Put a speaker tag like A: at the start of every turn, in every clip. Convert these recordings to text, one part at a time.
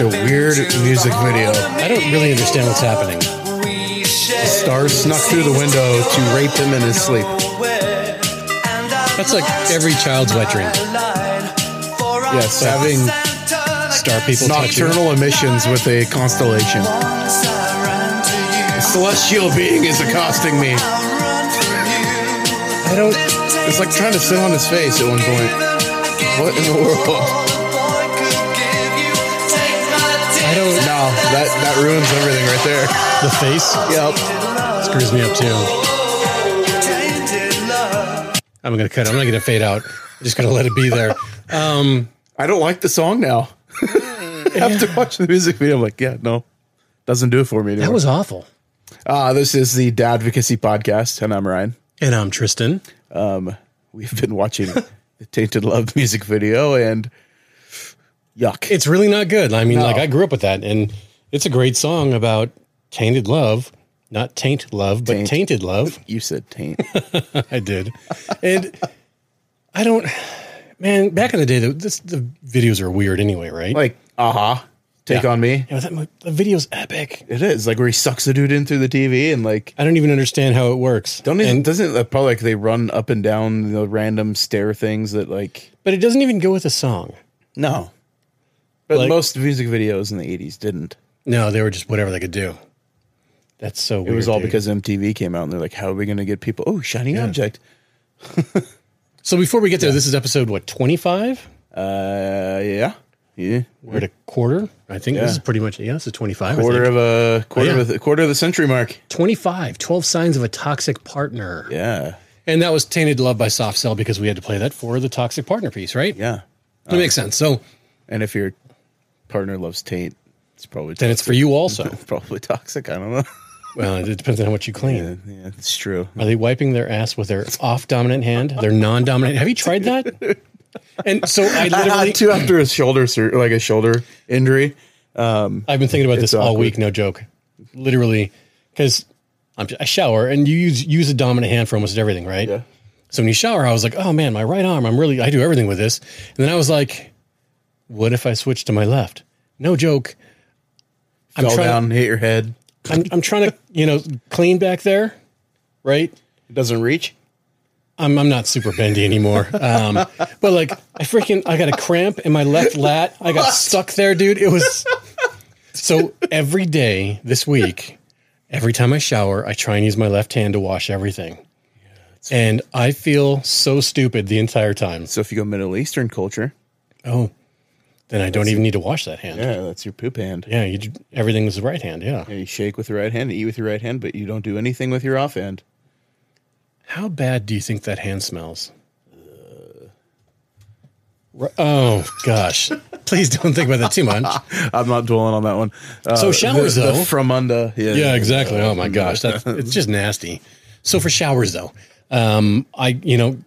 A: a weird music video.
B: I don't really understand what's happening.
A: Stars snuck through the window to rape him in his sleep.
B: That's like every child's wet dream.
A: Yes, having
B: Star people touch you.
A: nocturnal emissions with a constellation. A celestial being is accosting me.
B: I don't.
A: It's like trying to sit on his face at one point. What in the world?
B: I don't.
A: No, that that ruins everything right there.
B: The face
A: Yep.
B: screws me up too. I'm gonna cut. it. I'm not gonna fade out. I'm just gonna let it be there. Um,
A: I don't like the song now. After watching the music video, I'm like, yeah, no, doesn't do it for me anymore.
B: that was awful.
A: uh, this is the Dadvocacy podcast, and I'm Ryan. Um,
B: And I'm Tristan.
A: We've been watching the Tainted Love music video, and yuck.
B: It's really not good. I mean, like I grew up with that, and it's a great song about tainted love, not taint love, but
A: Taint.
B: tainted love.
A: you said taint.
B: I did. And I don't, man, back in the day, the, this, the videos are weird anyway, right?
A: like, aha, uh-huh, take
B: Yeah.
A: on me.
B: You know, that, mo- the video's epic.
A: It is like where he sucks the dude in through the TV and like
B: I don't even understand how it works.
A: don't even
B: And-
A: doesn't that probably like they run up and down the random stair things that like
B: but it doesn't even go with a song.
A: no, but
B: Like-
A: most music videos in the eighties didn't.
B: No, they were just whatever they could do. That's so
A: It
B: weird.
A: was all
B: dude.
A: because MTV came out and they're like, how are we going to get people? Oh, shiny object.
B: So before we get there, this is episode, what, 25?
A: Uh, yeah, yeah.
B: We're at a quarter, I think. This
A: Yeah.
B: is pretty much, yeah, this is 25. I
A: Quarter
B: think.
A: of a quarter
B: Oh, yeah.
A: of a quarter of the century mark.
B: 25, 12 signs of a toxic partner.
A: Yeah,
B: And that was Tainted Love by Soft Cell because we had to play that for the toxic partner piece, right?
A: yeah.
B: That makes sense. So
A: And if your partner loves taint, it's probably
B: then it's for you also.
A: probably toxic. I don't know.
B: Well, it depends on how much you clean.
A: yeah, yeah, it's true.
B: Are they wiping their ass with their off dominant hand, their non dominant? Have you tried that? And so I
A: Uh,
B: literally,
A: too after a shoulder sur- like a shoulder injury.
B: I've been thinking about this
A: It's
B: all
A: awkward.
B: week. No joke, literally, because I shower and you use use a dominant hand for almost everything, right?
A: Yeah.
B: So when you shower, I was like, oh man, my right arm. I'm really I do everything with this. And then I was like, what if I switch to my left? No joke. I'm
A: Fell
B: trying.
A: down, hit your head.
B: I'm, I'm trying to you know clean back there, right?
A: It doesn't reach.
B: I'm, I'm not super bendy anymore. Um, but like, I freaking, I got a cramp in my left lat. I got stuck there, dude. It was so every day this week, every time I shower, I try and use my left hand to wash everything. And I feel so stupid the entire time.
A: So if you go Middle Eastern culture,
B: Oh, then I don't even need to wash that hand. Yeah,
A: yeah, that's your poop hand.
B: you do, everything is right hand. Yeah.
A: Yeah, you shake with your right hand, eat with your right hand, but you don't do anything with your off hand.
B: How bad do you think that hand smells? Uh. Ru- Oh gosh! Please don't think about that too much.
A: I'm not dwelling on that one. Uh,
B: So showers,
A: the, the
B: though.
A: fromunda. Yeah,
B: Yeah, exactly. Oh my gosh, that's it's just nasty. So for showers though, um, I you know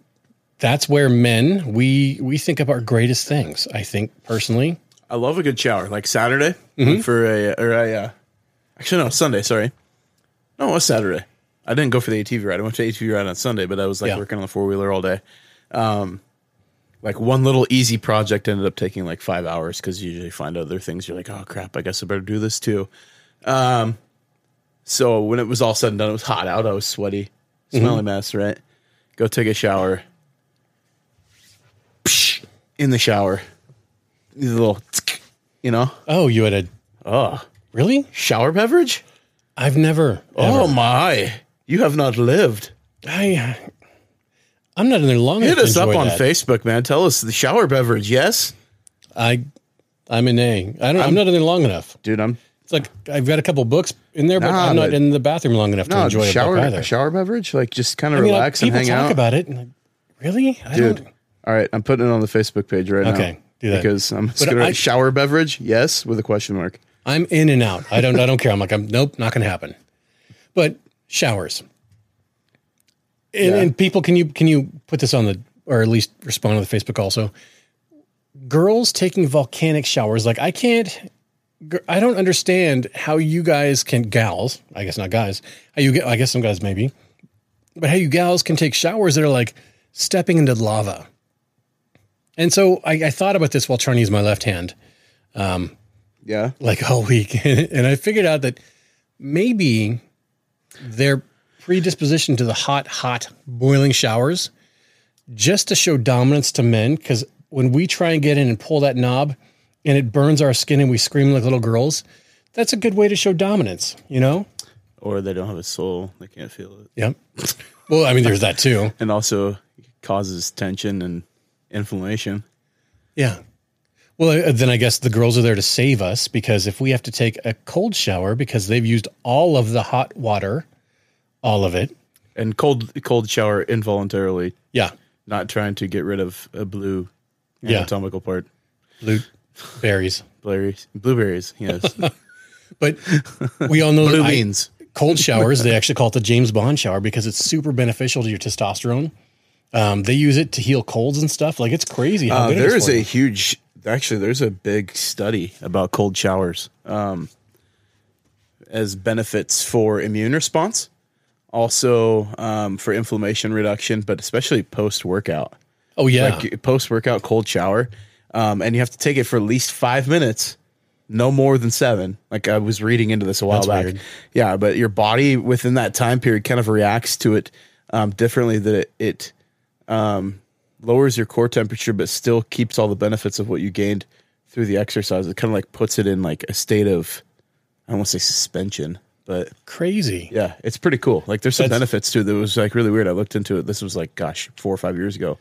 B: that's where men we we think of our greatest things. I think personally,
A: I love a good shower. Like Saturday went for a or a uh, actually no Sunday. Sorry, no, it was Saturday. I didn't go for the ATV ride. I went to the ATV ride on Sunday, but I was like
B: Yeah.
A: working on the four wheeler all day. Um, like one little easy project ended up taking like five hours because you usually find other things. You're like, oh crap, I guess I better do this too. Um, so when it was all said and done, it was hot out. I was sweaty, smelly mess. Right, go take a shower. Psh, in the shower, the little, tsk, you know,
B: oh, you had a
A: oh,
B: really?
A: shower beverage.
B: I've never.
A: Oh
B: ever-
A: my! You have not lived.
B: I I'm not in there long. enough
A: Hit
B: to
A: us up
B: enjoy
A: on
B: that.
A: Facebook, man. Tell us the shower beverage. Yes,
B: I I'm in A. I don't. I'm, not in there long enough.
A: dude. I'm
B: It's like I've got a couple books in there, but
A: Nah,
B: I'm not
A: but-
B: in the bathroom long enough to
A: no
B: enjoy a book
A: shower.
B: either.
A: Shower beverage, like just kind of
B: I mean, like,
A: relax and
B: people
A: hang
B: talk
A: out,
B: about it. And like, really? I
A: dude. All right, I'm putting it on the Facebook page right now.
B: Okay, do that.
A: because I'm just
B: But
A: gonna
B: I-
A: write shower beverage. Yes, with a question mark.
B: I'm in and out. I don't I don't care. I'm like, I'm nope, not gonna happen. But showers. And,
A: Yeah.
B: and people, can you can you put this on the or at least respond to the Facebook also? Girls taking volcanic showers, like I can't gr- I don't understand how you guys can gals, I guess not guys, how you get I guess some guys maybe, but how you gals can take showers that are like stepping into lava. And so I, I thought about this while trying to use my left hand.
A: Yeah.
B: like all week. and I figured out that maybe their predisposition to the hot, hot, boiling showers just to show dominance to men. Because when we try and get in and pull that knob and it burns our skin and we scream like little girls, that's a good way to show dominance, you know?
A: Or they don't have a soul. They can't feel it.
B: Yep. Well, I mean, there's that too.
A: And also causes tension and inflammation.
B: Yeah. Well, uh, then I guess the girls are there to save us because if we have to take a cold shower because they've used all of the hot water, all of it.
A: And cold cold shower involuntarily,
B: Yeah.
A: not trying to get rid of a blue
B: Yeah.
A: anatomical part.
B: Blue berries.
A: Blueberries. Blueberries, yes.
B: But we all know
A: Blue
B: that I-
A: beans.
B: cold showers, they actually call it the James Bond shower because it's super beneficial to your testosterone. Um, they use it to heal colds and stuff. Like it's crazy. How
A: Uh,
B: good it
A: there is
B: for
A: a
B: you.
A: huge, actually, there's a big study about cold showers um, as benefits for immune response, also um, for inflammation reduction, but especially post workout.
B: oh yeah,
A: Like post workout cold shower, um, and you have to take it for at least five minutes, no more than seven. Like I was reading into this a while
B: That's
A: back.
B: weird.
A: Yeah, but your body within that time period kind of reacts to it um, differently. That it, it um, lowers your core temperature, but still keeps all the benefits of what you gained through the exercise. It kind of like puts it in like a state of, I don't want to say suspension, but
B: crazy.
A: yeah, it's pretty cool. Like there's some
B: That's-
A: benefits too. That was like really weird. I looked into it. This was like gosh, four or five years ago.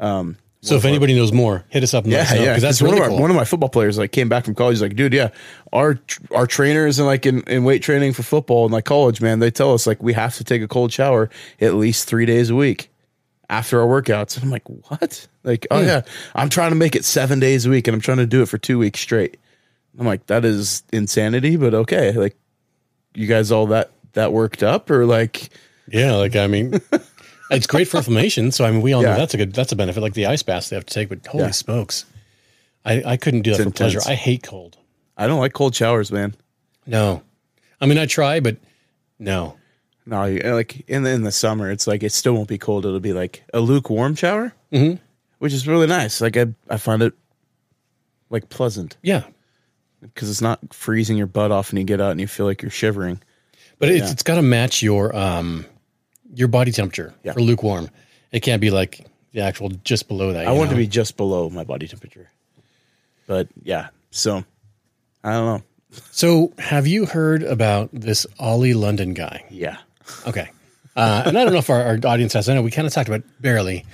B: so if anybody knows more, hit us up. And let us
A: Yeah,
B: know,
A: yeah.
B: 'cause that's
A: 'cause one
B: really
A: of our
B: cool.
A: one of my football players like came back from college. He's like, dude, yeah, our tr- our trainers and like in, in weight training for football and like college, man, they tell us like we have to take a cold shower at least three days a week after our workouts. And I'm like, what? Like,
B: Hmm.
A: oh yeah, I'm trying to make it seven days a week, and I'm trying to do it for two weeks straight. I'm like, that is insanity, but okay. Like, you guys all that that worked up or like
B: yeah, like I mean, it's great for inflammation. So I mean, we all
A: Yeah.
B: know that's a good that's a benefit. Like the ice baths they have to take, but holy
A: Yeah.
B: smokes, I I couldn't do that for pleasure.
A: intense.
B: I hate cold.
A: I don't like cold showers, man.
B: No, I mean I try, but no.
A: No, you- like in the, in the summer, it's like it still won't be cold. It'll be like a lukewarm shower, mm-hmm. which is really nice. Like I, I find it like pleasant
B: Yeah,
A: because it's not freezing your butt off, and you get out and you feel like you're shivering.
B: But it's, it's got to match your um your body temperature
A: Yeah.
B: for lukewarm. It can't be like the actual just below that.
A: I
B: you
A: want it to
B: know?
A: be just below my body temperature, but yeah. So I don't know.
B: So, have you heard about this Ollie London guy?
A: Yeah,
B: Okay, uh, and I don't know if our, our audience has. I know we kind of talked about it barely.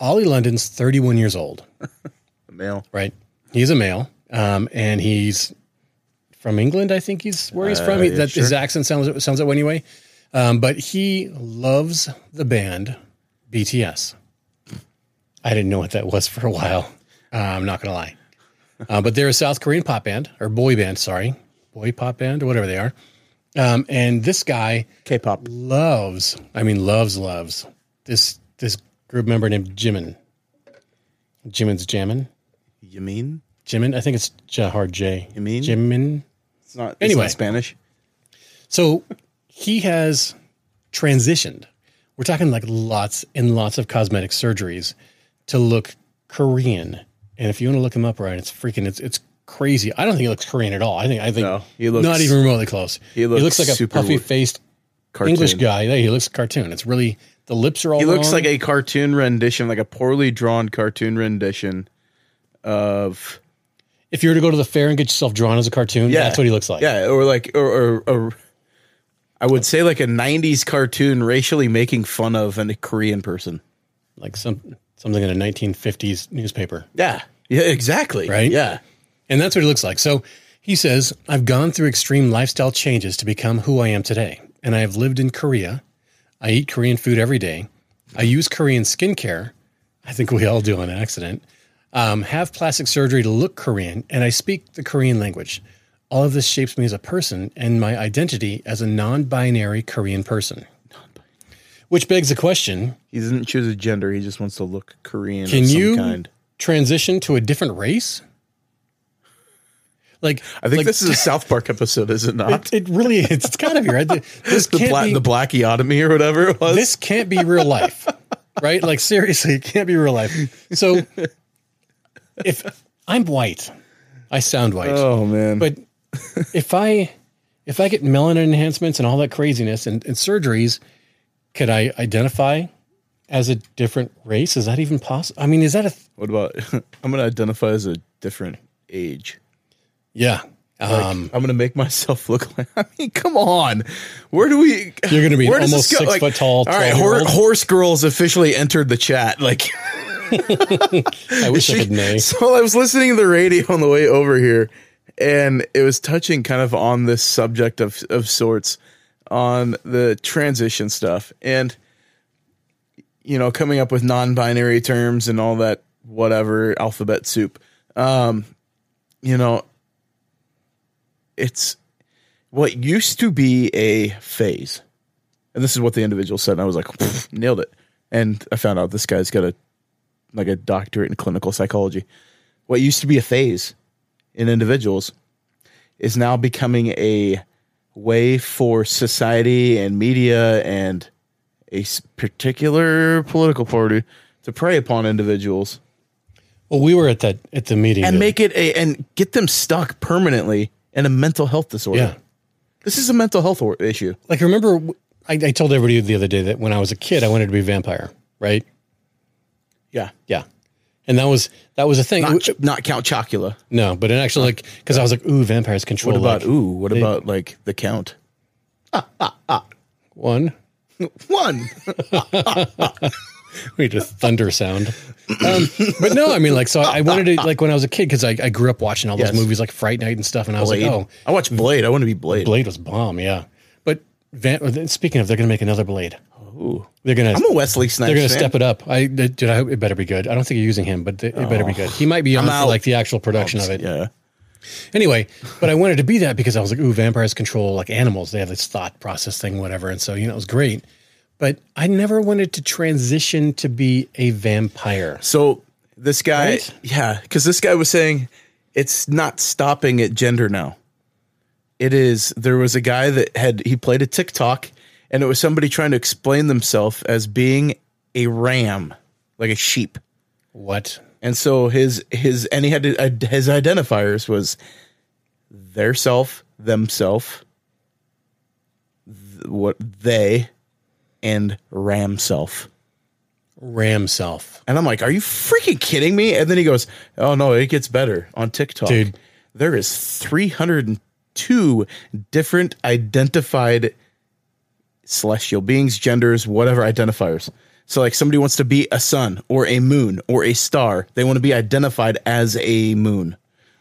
B: Ollie London's 31 years old,
A: the male.
B: right? He's a male, um, and he's from England. I think he's where he's from. He,
A: Uh, yeah,
B: that his
A: sure.
B: accent sounds sounds that way anyway. Um, but he loves the band BTS. I didn't know what that was for a while. Uh, I'm not gonna lie, uh, but they're a South Korean pop band or boy band. Sorry, boy pop band or whatever they are. Um, and this guy
A: K-pop.
B: loves i mean loves loves this this group member named jimin jimin's jamin
A: You mean
B: jimin i think it's J- hard j you
A: mean?
B: jimin
A: it's not? It's
B: Anyway.
A: not Spanish.
B: so he has transitioned we're talking like lots and lots of cosmetic surgeries to look korean and if you want to look him up right it's freaking it's it's crazy i don't think he looks korean at all i think i think
A: No, he looks-
B: not even remotely close
A: he looks
B: like a
A: super-
B: puffy faced
A: Cartoon.
B: english guy yeah, he looks cartoon it's really the lips are all
A: He looks
B: wrong.
A: like a cartoon rendition, like a poorly drawn cartoon rendition of
B: if you were to go to the fair and get yourself drawn as a cartoon, that's what he looks like.
A: Yeah, or like, or, or, or I would say like a '90s cartoon racially making fun of a Korean person.
B: Like some something in a 1950s newspaper.
A: Yeah, yeah, exactly.
B: Right?
A: Yeah,
B: And that's what it looks like. So he says, I've gone through extreme lifestyle changes to become who I am today. And I have lived in Korea. I eat Korean food every day. I use Korean skincare. I think we all do on accident. Um, have plastic surgery to look Korean. And I speak the Korean language. All of this shapes me as a person and my identity as a non binary Korean person. Which begs the question
A: he doesn't choose a gender. He just wants to look Korean.
B: Can
A: of some
B: you
A: Kind.
B: transition to a different race? Like,
A: I think
B: like,
A: this is a South Park episode, is it not?
B: it really is. It's gotta be right. This
A: the
B: can't
A: black,
B: be,
A: the blackiotomy or whatever it was.
B: this can't be real life, right? Like seriously, it can't be real life. So, if I'm white I sound white.
A: Oh man.
B: but if I if I get melanin enhancements and all that craziness and, and surgeries, could I identify as a different race? Is that even possible? I mean, is that a th-
A: what about I'm gonna identify as a different age.
B: yeah?
A: Like,
B: Um,
A: I'm gonna make myself look like. I mean, come on. Where do we?
B: You're gonna be
A: where does
B: almost
A: this go?
B: six foot tall,
A: All right,
B: 12-year-old.
A: hor- horse girls officially entered the chat. Like,
B: I wish I could
A: she,
B: nay.
A: so I was listening to the radio on the way over here, and it was touching kind of on this subject of of sorts on the transition stuff, and you know, coming up with non-binary terms and all that whatever alphabet soup. Um, you know, it's what used to be a phase. And this is what the individual said. And I was like, nailed it. And I found out this guy's got a like a doctorate in clinical psychology. What used to be a phase in individuals is now becoming a way for society and media and a s- particular political party to prey upon individuals
B: Well, we were at that at the meeting
A: and
B: that-
A: make it a and get them stuck permanently in a mental health disorder.
B: yeah.
A: This is a mental health or- issue.
B: Like remember, I, I told everybody the other day that when I was a kid, I wanted to be a vampire, right?
A: Yeah.
B: Yeah, and that was that was a thing.
A: Not, not Count Chocula.
B: no, but it actually like because I was like, ooh, vampires control.
A: What about
B: like,
A: ooh? What about like the Count?
B: one?
A: One.
B: We did a thunder sound. Um, but no, I mean, like, so I, I wanted to, like, when I was a kid, because I, I grew up watching all those
A: Yes.
B: movies, like Fright Night and stuff, and I was
A: Blade.
B: like, oh,
A: I watched Blade. I want to be Blade.
B: Blade was bomb, yeah. But Van, speaking of, they're going to make another Blade.
A: Ooh.
B: They're going
A: I'm
B: to
A: a Wesley Snipes.
B: they're going to
A: fan.
B: step it up. I did. I hope it better be good. I don't think you're using him, but it better be good. He might be on
A: Oh. I'm
B: for,
A: out.
B: like the actual production of it.
A: Yeah.
B: Anyway, but I wanted to be that because I was like, ooh, vampires control like animals. They have this thought process thing, whatever. And so, you know, it was great. But I never wanted to transition to be a vampire.
A: So this guy,
B: Right?
A: yeah, because this guy was saying it's not stopping at gender now. It is. There was a guy that had he played a TikTok, and it was somebody trying to explain themselves as being a ram, like a sheep.
B: What?
A: And so his his and he had to, id- his identifiers was their self, themself, th- what they, and ram self.
B: Ram self.
A: And I'm like, are you freaking kidding me? And then he goes, oh no, it gets better on TikTok.
B: Dude.
A: There is 302 different identified celestial beings, genders, whatever identifiers. So like somebody wants to be a sun or a moon or a star. They want to be identified as a moon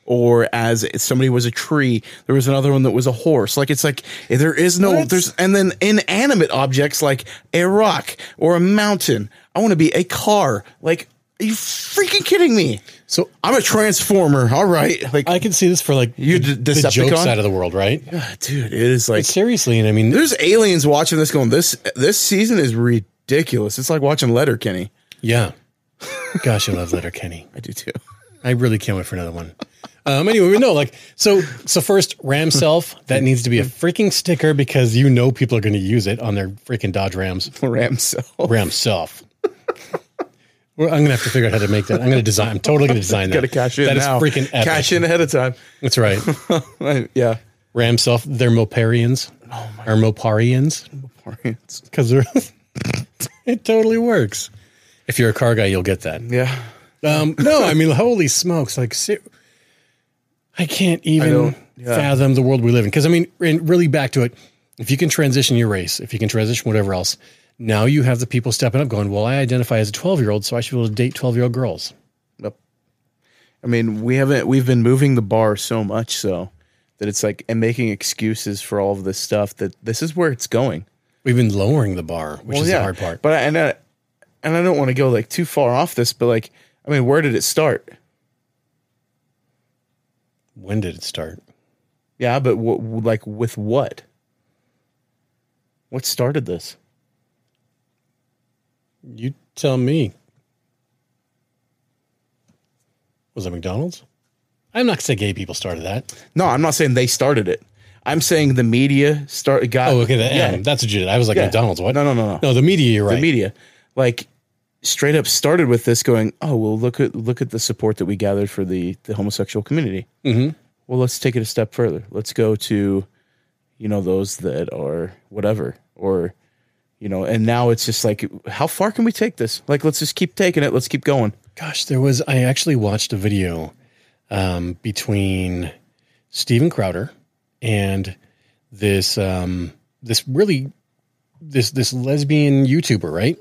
A: or as somebody was a tree. There was another one that was a horse. Like it's like there is no
B: What?
A: there's and then inanimate objects like a rock or a mountain. I want to be a car. Like are you freaking kidding me?
B: So
A: I'm a transformer. All right. Like
B: I can see this for like
A: You
B: the,
A: d-
B: the joke
A: Decepticon?
B: side of the world, right?
A: dude, it is like
B: Seriously, and I mean,
A: there's aliens watching this going this this season is ridiculous. It's like watching Letterkenny.
B: yeah. Gosh, I love Letterkenny.
A: I do too.
B: I really can't wait for another one. Um, anyway, we know like so. So first, Ram self that needs to be a freaking sticker because you know people are going to use it on their freaking Dodge Rams.
A: Ram self.
B: Ram self. Well, I'm gonna have to figure out how to make that. I'm gonna design. I'm totally gonna design that.
A: Gotta cash in
B: That is
A: now.
B: freaking epic.
A: Cash in ahead of time.
B: That's right.
A: yeah.
B: Ram self. They're Moparians. Oh my. Or Moparians. because they're it totally works. If you're a car guy, you'll get that.
A: Yeah.
B: Um, no, I mean, holy smokes! Like, ser- I can't even
A: don't- yeah.
B: fathom the world we live in. Because I mean, and really back to it, if you can transition your race, if you can transition whatever else, now you have the people stepping up, going, "Well, I identify as a 12 year old, so I should be able to date 12 year old girls."
A: Yep. I mean, we haven't we've been moving the bar so much so that it's like and making excuses for all of this stuff that this is where it's going.
B: We've been lowering the bar, which is
A: Well,
B: the hard part.
A: But I, and I, and I don't want to go like too far off this, but like I mean, where did it start?
B: when did it start?
A: Yeah, but w- w- like with what? What started this?
B: You tell me. Was it McDonald's? I'm not gonna say gay people started that.
A: No, I'm not saying they started it. I'm saying the media started. Got
B: Oh, okay. The
A: yeah,
B: M. That's what you did. I was like
A: Yeah.
B: McDonald's. What?
A: No, no, no, no.
B: No, the media. You're right.
A: the media. Like straight up started with this going, oh well, look at look at the support that we gathered for the the homosexual community.
B: Mhm.
A: Well, let's take it a step further. Let's go to, you know, those that are whatever or, you know, and now it's just like, how far can we take this? Like, let's just keep taking it. Let's keep going.
B: Gosh, there was. I actually watched a video um, between Steven Crowder and this um, this really this this lesbian YouTuber, right?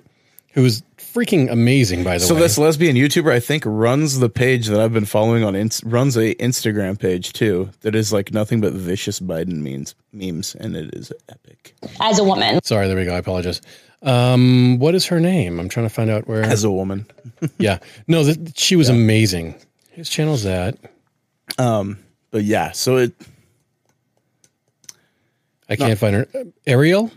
B: Who is freaking amazing, by the
A: So
B: way.
A: this lesbian YouTuber, I think, runs the page that I've been following on ins- runs a Instagram page too that is like nothing but vicious Biden memes memes, and it is epic.
C: as a woman.
B: Sorry, there we go. I apologize. Um, what is her name? I'm trying to find out where.
A: As a woman,
B: yeah, no, th- she was amazing. His channel's that.
A: but yeah, so it
B: I can't find her. Ariel.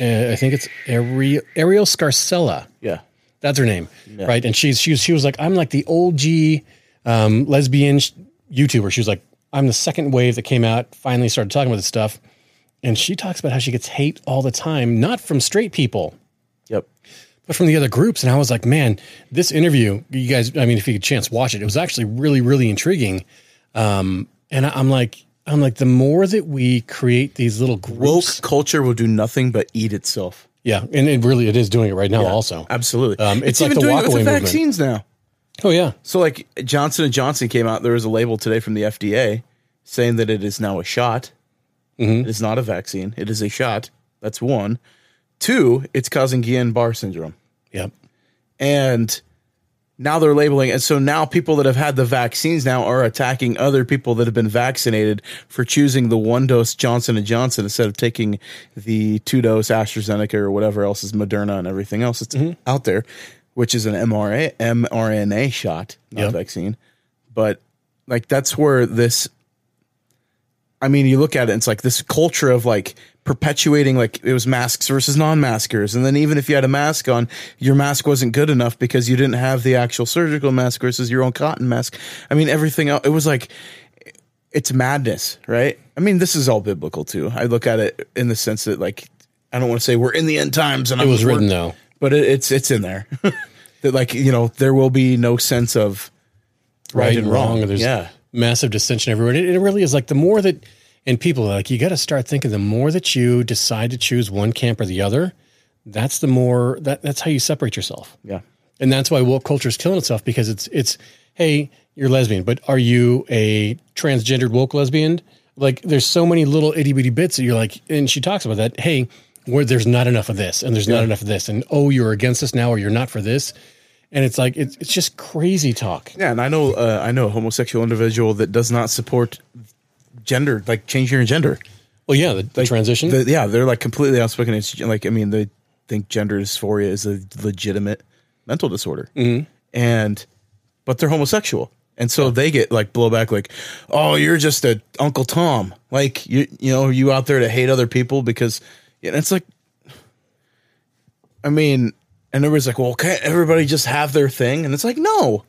B: Uh, I think it's Ariel Ariel Scarcella.
A: yeah,
B: That's her name, right? And she's she was she was like I'm like the old G um, lesbian sh- YouTuber. She was like I'm the second wave that came out. Finally started talking about this stuff, and she talks about how she gets hate all the time, not from straight people,
A: yep.
B: but from the other groups. And I was like, man, this interview, you guys, I mean, if you get a chance, watch it. It was actually really, really intriguing. Um, and I, I'm like, I'm like, the more that we create these little
A: Woke
B: groups,
A: culture will do nothing but eat itself.
B: yeah, and it really, it is doing it right now, also.
A: Absolutely,
B: Um, it's like the
A: it with
B: walkaway movement.
A: vaccines now.
B: Oh yeah,
A: So like Johnson and Johnson came out. There was a label today from the FDA saying that it is now a shot. It is not a vaccine. It is a shot. That's one. Two, it's causing Guillain-Barre syndrome.
B: yep,
A: and now they're labeling and so now people that have had the vaccines now are attacking other people that have been vaccinated for choosing the one dose johnson and johnson instead of taking the two dose astrazeneca or whatever else is moderna and everything else that's out there which is an mra mrna shot not
B: Yep.
A: vaccine but like that's where this I mean, you look at it, and it's like this culture of like perpetuating like it was masks versus non-maskers, and then even if you had a mask on, your mask wasn't good enough because you didn't have the actual surgical mask versus your own cotton mask. I mean, everything else. It was like it's madness, right? I mean, this is all biblical too. I look at it in the sense that like I don't want to say we're in the end times, and
B: it was written though.
A: but it, it's it's in there that like you know there will be no sense of
B: right, and wrong. and There's
A: yeah.
B: massive dissension everywhere. And it, it really is like the more that, and people are like, you got to start thinking the more that you decide to choose one camp or the other, that's the more, that, that's how you separate yourself.
A: Yeah.
B: And that's why woke culture is killing itself because it's, it's, hey, you're lesbian, but are you a transgendered woke lesbian? Like there's so many little itty bitty bits that you're like, and she talks about that. Hey, where there's not enough of this and there's not enough of this. And oh, you're against us now or you're not for this. And it's like, it's, it's just crazy talk.
A: Yeah, and I know uh, I know a homosexual individual that does not support gender, like changing your gender.
B: Well, yeah, the, the transition.
A: The- yeah, they're like completely outspoken. It's like I mean, they think gender dysphoria is a legitimate mental disorder,
B: Mm-hmm.
A: and but they're homosexual, and so they get like blowback, like, "Oh, you're just a Uncle Tom, like you you know you out there to hate other people because," and it's like, I mean, and everybody's like, "Well, can't everybody just have their thing?" And it's like, no,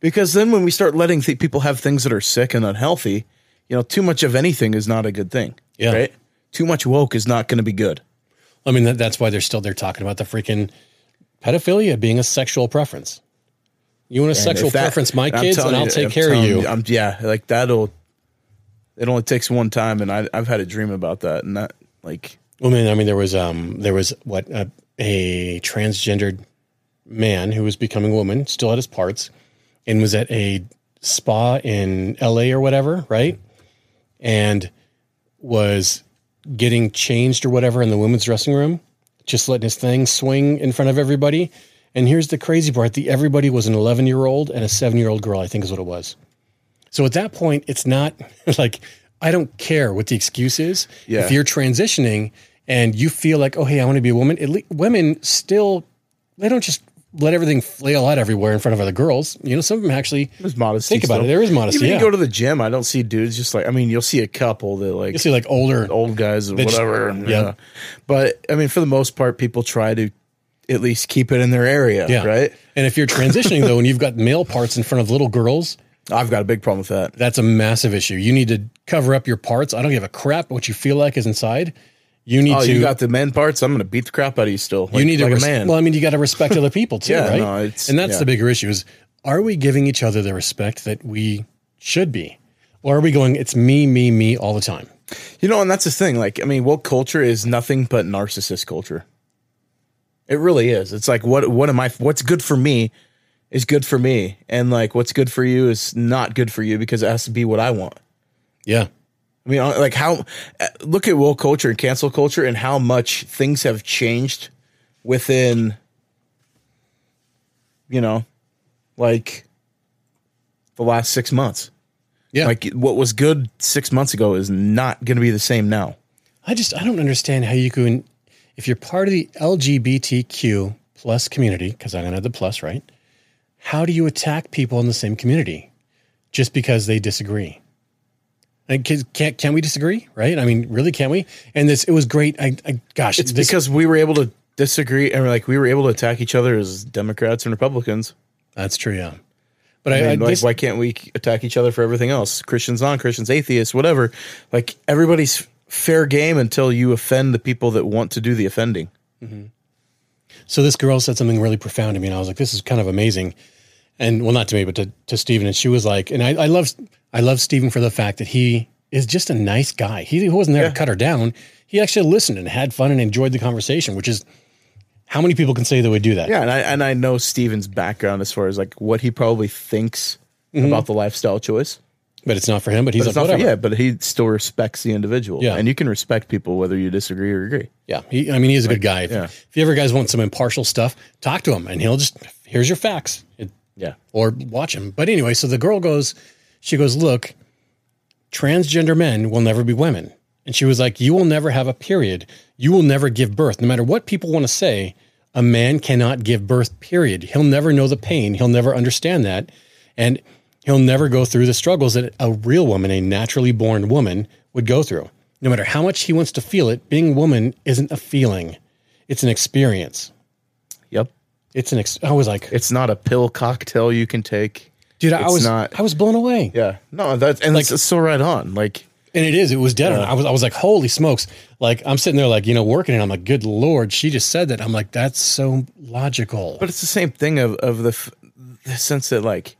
A: because then when we start letting th- people have things that are sick and unhealthy, you know, too much of anything is not a good thing.
B: Yeah.
A: Right? Too much woke is not going to be good.
B: I mean, that, that's why they're still there talking about the freaking pedophilia being a sexual preference. You want a sexual
A: If that-
B: preference, my
A: and I'm
B: kids,
A: telling
B: and I'll
A: you-
B: take
A: I'm
B: care of
A: telling
B: you.
A: I'm, yeah, like that'll. It only takes one time, and I, I've had a dream about that, and that like
B: I mean, I mean, there was um, there was what a, a transgendered man who was becoming a woman, still had his parts, and was at a spa in L.A. or whatever, right? And was getting changed or whatever in the women's dressing room, just letting his thing swing in front of everybody. And here's the crazy part: the everybody was an 11 year old and a seven year old girl, I think is what it was. So at that point, it's not like I don't care what the excuse is.
A: Yeah.
B: If you're transitioning and you feel like, oh hey, I want to be a woman, at least women still they don't just let everything flail out everywhere in front of other girls. You know, some of them actually
A: there's modesty.
B: Think about
A: still.
B: it, there is modesty,
A: Even
B: yeah.
A: you go to the gym, I don't see dudes just like I mean, you'll see a couple that like
B: you see like older.
A: old guys or
B: just-
A: whatever. and,
B: yeah.
A: uh, but I mean, for the most part, people try to at least keep it in their area,
B: Yeah.
A: right?
B: And if you're transitioning though, and you've got male parts in front of little girls,
A: I've got a big problem with that.
B: that's a massive issue. You need to cover up your parts. I don't give a crap what you feel like is inside. You need
A: Oh,
B: to.
A: you got the men parts. I'm going to beat the crap out of you still. Like,
B: you need to
A: like
B: res-
A: a man.
B: Well, I mean, you got to respect other people too,
A: Yeah,
B: right?
A: no, it's-
B: and that's
A: yeah.
B: the bigger issue: is are we giving each other the respect that we should be, or are we going? It's me, me, me all the time.
A: You know, and that's the thing. Like, I mean, woke culture is nothing but narcissist culture. It really is. It's like what what am I what's good for me is good for me. And like what's good for you is not good for you because it has to be what I want.
B: Yeah,
A: I mean, like how uh, look at woke culture and cancel culture and how much things have changed within, you know, like the last six months.
B: yeah.
A: Like what was good six months ago is not going to be the same now.
B: I just I don't understand how you can, if you're part of the LGBTQ plus community, because I'm gonna have the plus, right? How do you attack people in the same community just because they disagree? Like, can, can, can we disagree? Right? I mean, really, can we? And this, it was great. I, I gosh,
A: It's
B: this,
A: because we were able to disagree and like we were able to attack each other as Democrats and Republicans.
B: that's true. Yeah, but I,
A: I
B: I,
A: mean, like,
B: this,
A: why can't we attack each other for everything else? Christians, non Christians, atheists, whatever. Like, everybody's fair game until you offend the people that want to do the offending.
B: so this girl said something really profound to me, and I was like, this is kind of amazing. And well, not to me, but to, to Steven. And she was like, and I, I love I love Steven for the fact that he is just a nice guy. He wasn't there to cut her down. He actually listened and had fun and enjoyed the conversation, which is how many people can say they would do that?
A: Yeah. And I, and I know Steven's background as far as like what he probably thinks about the lifestyle choice.
B: But it's not for him, but he's
A: Mm-hmm. It's
B: like,
A: not for,
B: whatever.
A: yeah, but he still respects the individual.
B: Yeah.
A: And you can respect people whether you disagree or agree.
B: Yeah, he, I mean, he's a good guy. If,
A: yeah.
B: if you ever guys want some impartial stuff, talk to him, and he'll just here's your facts, It-
A: Yeah.
B: or watch him. But anyway, so the girl goes, she goes, look, transgender men will never be women, and she was like, you will never have a period, you will never give birth, no matter what people want to say. A man cannot give birth. Period. He'll never know the pain. He'll never understand that, and he'll never go through the struggles that a real woman, a naturally born woman, would go through. No matter how much he wants to feel it, being a woman isn't a feeling; it's an experience.
A: Yep.
B: It's an. Ex- I was like,
A: It's not a pill cocktail you can take.
B: dude, I
A: it's
B: was,
A: not-
B: I was blown away.
A: Yeah. No, that's, and that's so right on. Like,
B: And it is. It was dead on. I was. I was like, holy smokes! Like I'm sitting there, like you know, working, and I'm like, good lord, she just said that. I'm like, that's so logical.
A: But it's the same thing of of the, f- the sense that like,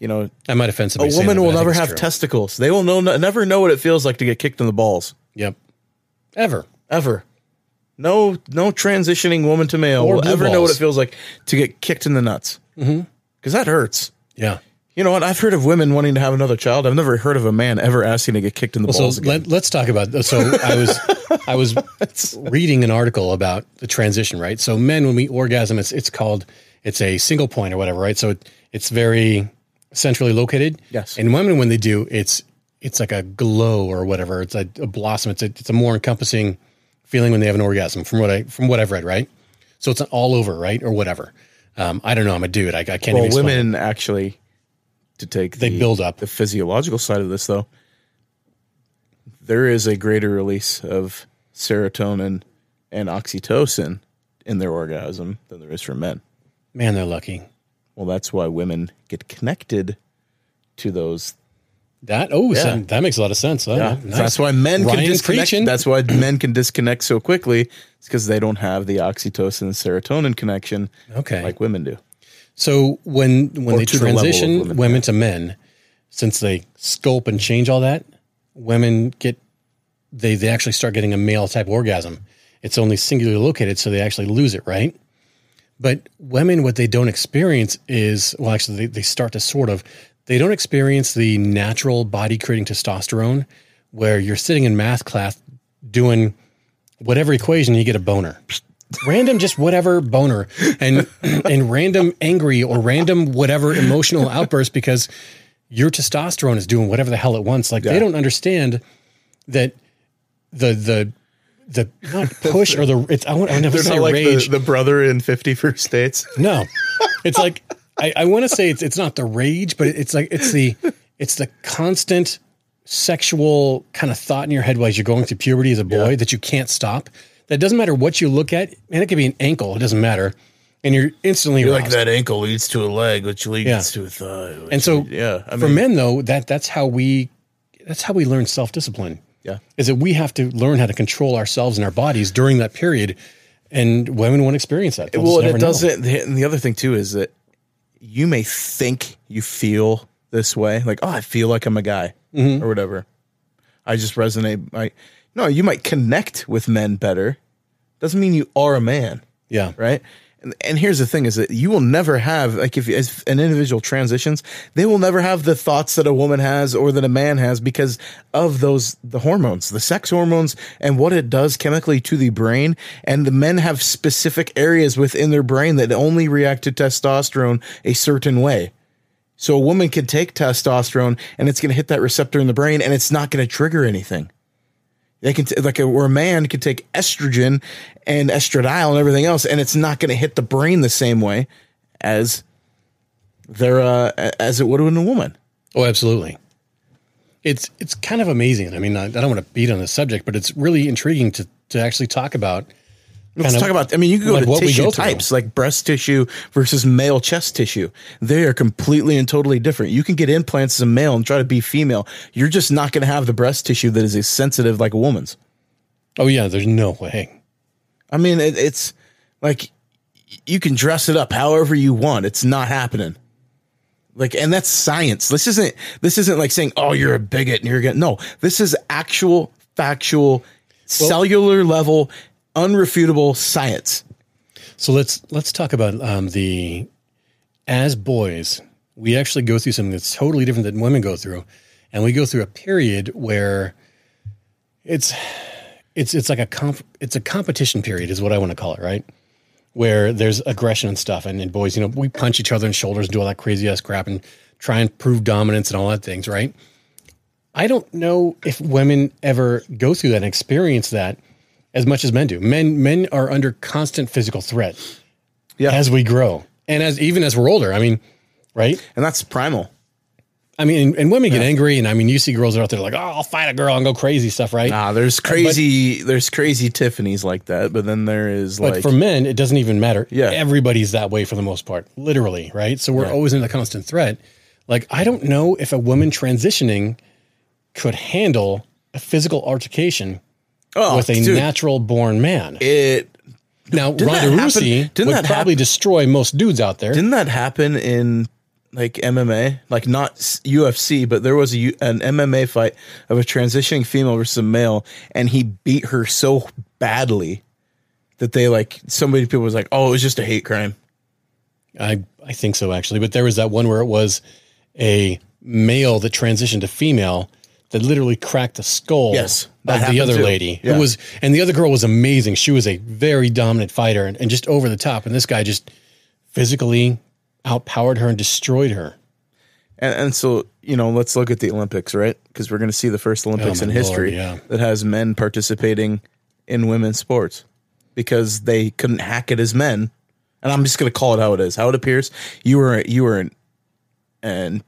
A: you know,
B: I might offend
A: a
B: somebody. saying
A: woman
B: that,
A: will
B: but I
A: never
B: think
A: have
B: it's true.
A: testicles. They will know never know what it feels like to get kicked in the balls
B: Yep. Ever.
A: ever. No, no transitioning woman to male
B: Or
A: will
B: blue
A: ever know what
B: balls.
A: it feels like to get kicked in the nuts because mm-hmm. that hurts.
B: Yeah.
A: You know what? I've heard of women wanting to have another child. I've never heard of a man ever asking to get kicked in the
B: So
A: balls. again.
B: let, let's talk about. So I was, I was reading an article about the transition, right? So men, when we orgasm, it's it's called it's a single point or whatever, right? So it, it's very centrally located.
A: Yes.
B: And women, when they do, it's it's like a glow or whatever. It's a, a blossom. It's a it's a more encompassing feeling when they have an orgasm, from what I from what I've read, right? So it's an all over, right, or whatever. Um, I don't know. I'm a dude. I, I can't even.
A: well,
B: explain it.
A: women actually to take
B: they
A: the-
B: build up.
A: the physiological side of this though there is a greater release of serotonin and oxytocin in their orgasm than there is for men
B: Man, they're lucky.
A: well that's why women get connected to those
B: That oh, so
A: Yeah.
B: that makes a lot of sense. huh?
A: yeah,
B: Ah, Nice.
A: that's why men can
B: Ryan's
A: disconnect
B: preaching.
A: that's why men can disconnect so quickly it's because they don't have the oxytocin and serotonin connection
B: Okay.
A: like women do
B: So when when
A: Or
B: they
A: to the level of
B: transition
A: women.
B: women, to men, since they sculpt and change all that, women get they they actually start getting a male type orgasm. It's only singularly located, so they actually lose it, right? But women, what they don't experience is well, actually, they, they start to sort of they don't experience the natural body creating testosterone, where you're sitting in math class doing whatever equation, you get a boner. Random, just whatever boner, and and random angry or random whatever emotional outburst because your testosterone is doing whatever the hell it wants. Like they don't understand that the the the not push or the it's I want I never
A: they're
B: say
A: not like
B: rage.
A: the, the brother in 51st states
B: No, it's like I, I want to say it's it's not the rage, but it's like it's the it's the constant sexual kind of thought in your head while you're going through puberty as a boy that you can't stop. That doesn't matter what you look at, and it could be an ankle. It doesn't matter, and you're instantly
A: like
B: aroused.
A: that ankle leads to a leg which leads
B: Yeah.
A: to a thigh
B: And so
A: yeah I
B: for men though, that that's how we that's how we learn self discipline.
A: Yeah.
B: is that we have to learn how to control ourselves and our bodies during that period. And women won't experience that. They'll
A: well,
B: just
A: and
B: never
A: it
B: know.
A: doesn't. the- And the other thing too is that you may think you feel this way, like oh, I feel like I'm a guy
B: Mm-hmm.
A: or whatever. I just resonate. I no, you might connect with men better. Doesn't mean you are a man,
B: Yeah.
A: right? And, and here's the thing: is that you will never have like if, if an individual transitions, they will never have the thoughts that a woman has or that a man has because of those the hormones, the sex hormones, and what it does chemically to the brain. And the men have specific areas within their brain that only react to testosterone a certain way. So a woman can take testosterone and it's going to hit that receptor in the brain and it's not going to trigger anything. They can t- like a, or a man could take estrogen and estradiol and everything else, and it's not going to hit the brain the same way as their uh, a- as it would in a woman.
B: Oh, absolutely. It's it's kind of amazing. I mean, I, I don't want to beat on this subject, but it's really intriguing to to actually talk about.
A: Let's
B: kind of-
A: talk about. I mean, you could go
B: like
A: to
B: what we
A: tissue
B: go through.
A: types like breast tissue versus male chest tissue. They are completely and totally different. You can get implants as a male and try to be female. You're just not going to have the breast tissue that is as sensitive like a woman's.
B: Oh yeah, there's no way.
A: I mean, it, it's like y- you can dress it up however you want. It's not happening. Like, and that's science. This isn't this isn't like saying, "Oh, you're a bigot," and you're gonna. No, this is actual, factual, cellular level, unrefutable science.
B: So let's let's talk about um, the as boys, we actually go through something that's totally different than women go through, and we go through a period where it's it's it's like a comp, it's a competition period is what I want to call it, right? Where there's aggression and stuff, and, and boys, you know, we punch each other in shoulders and do all that crazy ass crap and try and prove dominance and all that things, right? I don't know if women ever go through that and experience that as much as men do. Men men are under constant physical threat
A: Yeah.
B: as we grow. And as even as we're older, I mean, right?
A: and that's primal.
B: I mean, and, and women get angry, and I mean, you see girls that are out there like, oh, I'll fight a girl and go crazy stuff, right?
A: Ah, there's crazy, there's crazy Tiffany's like that, but then there is
B: but
A: like
B: for men, it doesn't even matter.
A: Yeah.
B: everybody's that way for the most part, literally, right? So we're always in a constant threat. Like, I don't know if a woman transitioning could handle a physical altercation
A: oh,
B: with a
A: dude,
B: natural born man.
A: it
B: now,
A: that
B: Ronda
A: happen-
B: Rousey
A: didn't
B: would
A: that
B: probably destroy most dudes out there.
A: Didn't that happen in like MMA? Like not s- UFC, but there was a, U- an MMA fight of a transitioning female versus a male, and he beat her so badly that they like so many people was like, "Oh, it was just a hate crime."
B: I I think so actually, but there was that one where it was a male that transitioned to female that literally cracked the skull
A: Yes, that
B: of the
A: happened
B: other
A: too.
B: lady.
A: Yeah.
B: It was and the other girl was amazing. She was a very dominant fighter and, and just over the top. And this guy just physically outpowered her and destroyed her.
A: And, and so you know, let's look at the Olympics, right? Because we're going to see the first Olympics
B: Oh,
A: in
B: my
A: history
B: Lord, yeah.
A: that has men participating in women's sports because they couldn't hack it as men. And I'm just going to call it how it is, how it appears. You were you were an an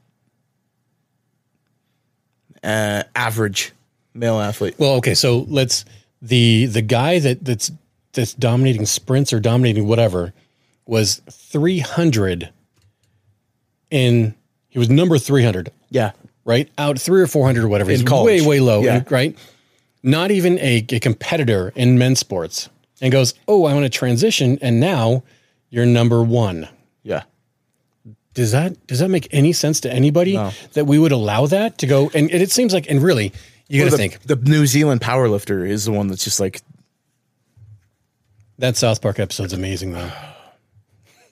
A: uh, average male athlete.
B: Well, okay, so let's the the guy that that's that's dominating sprints or dominating whatever was 300 in he was number 300
A: Yeah,
B: right? Out three or four hundred or whatever. He's
A: college.
B: way, way low,
A: Yeah.
B: and- right? Not even a, a competitor in men's sports, and goes, "Oh, I want to transition, and now you're number one."
A: yeah.
B: Does that does that make any sense to anybody that we would allow that to go? And, and it seems like, and really, you got to
A: The,
B: think
A: the New Zealand powerlifter is the one that's just like
B: that South Park episode's amazing, though.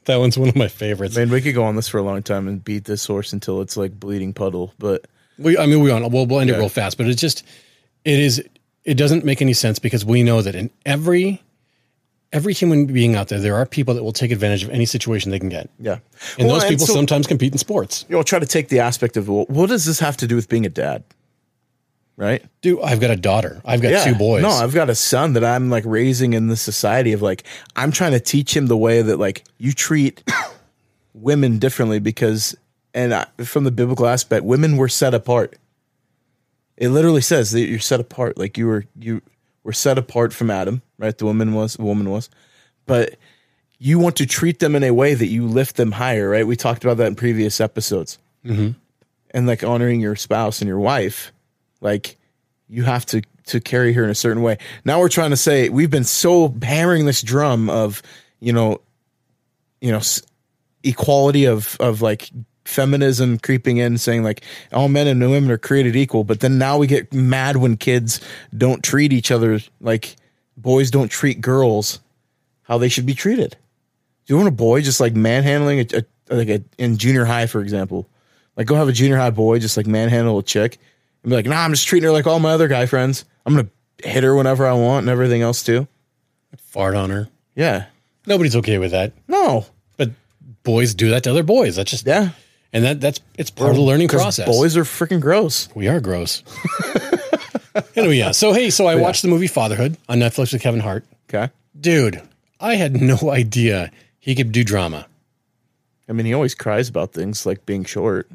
B: That one's one of my favorites.
A: man. We could go on this for a long time and beat this horse until it's like bleeding puddle, but.
B: We, I mean, we on. We'll, we'll end it real fast, but it's just, it is, it doesn't make any sense because we know that in every, every human being out there, there are people that will take advantage of any situation they can get,
A: Yeah,
B: and
A: Well,
B: those people
A: so-
B: sometimes compete in sports.
A: you know, try to take the aspect of well, what does this have to do with being a dad? Right?
B: Dude, I've got a daughter. I've got two boys.
A: No, I've got a son that I'm like raising in the society of like I'm trying to teach him the way that like you treat women differently because and I, from the biblical aspect, women were set apart. It literally says that you're set apart. Like you were you were set apart from Adam, right? The woman was the woman was. But you want to treat them in a way that you lift them higher, right? We talked about that in
B: Mm-hmm.
A: previous episodes. And like honoring your spouse and your wife, like you have to to carry her in a certain way. Now we're trying to say we've been so hammering this drum of you know, you know, s- equality of of like feminism creeping in, saying like all men and women are created equal. But then now we get mad when kids don't treat each other like boys don't treat girls how they should be treated. Do you want a boy just like manhandling a, a like a in junior high, for example? Like go have a junior high boy just like manhandle a chick and be like, nah, I'm just treating her like all my other guy friends. I'm gonna hit her whenever I want and everything else too.
B: Fart on her.
A: Yeah.
B: Nobody's okay with that.
A: No.
B: But boys do that to other boys. That's just
A: Yeah.
B: and that that's it's part of the learning
A: 'Cause
B: process.
A: Boys are freaking gross.
B: We are gross. anyway, yeah. So hey, so I watched the movie Fatherhood on Netflix with Kevin Hart.
A: Okay.
B: Dude, I had no idea he could do drama.
A: I mean, he always cries about things like being short.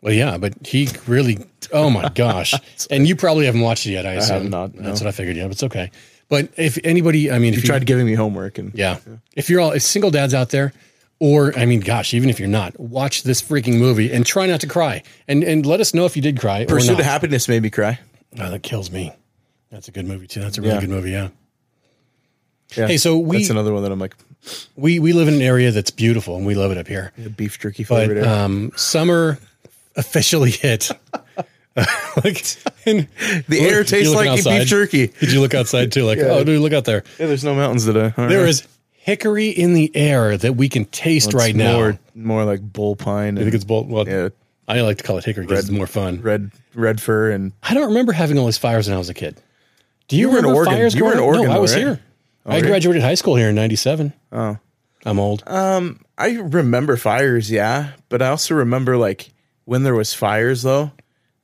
B: Well, yeah, but he really. Oh my gosh! and you probably haven't watched it yet. I assume
A: not,
B: That's what I figured. Yeah, but it's okay. But if anybody, I mean, if
A: He
B: you,
A: tried giving me homework and
B: yeah, if you're all if single dads out there, or I mean, gosh, even if you're not, watch this freaking movie and try not to cry, and and let us know if you did cry or
A: Pursuit
B: not.
A: of Happiness made me cry.
B: Oh, that kills me. That's a good movie too. That's a really
A: Yeah.
B: good movie. Yeah.
A: Yeah.
B: Hey, so we
A: that's another one that I'm like
B: we we live in an area that's beautiful, and we love it up here.
A: a beef jerky
B: But
A: favorite.
B: um, summer officially hit. like, and
A: the
B: look,
A: air
B: you're
A: tastes
B: looking
A: like
B: outside.
A: beef jerky.
B: Did you look outside too? Like, oh, dude, look out there.
A: Yeah, there's no mountains today. All
B: There
A: right.
B: is hickory in the air that we can taste
A: It's
B: right now.
A: More, more like bull pine.
B: I
A: And
B: think it's both. Well,
A: yeah,
B: I like to call it hickory because it's more fun.
A: red red fur and
B: I don't remember having all these fires when I was a kid. Do you,
A: were in
B: remember
A: Oregon.
B: fires?
A: You were
B: growing
A: in
B: up?
A: Oregon
B: No, I
A: though,
B: was
A: right? Oh,
B: here. I graduated high school here in '97. Oh, I'm old.
A: I remember fires, yeah, but I also remember like when there was fires though,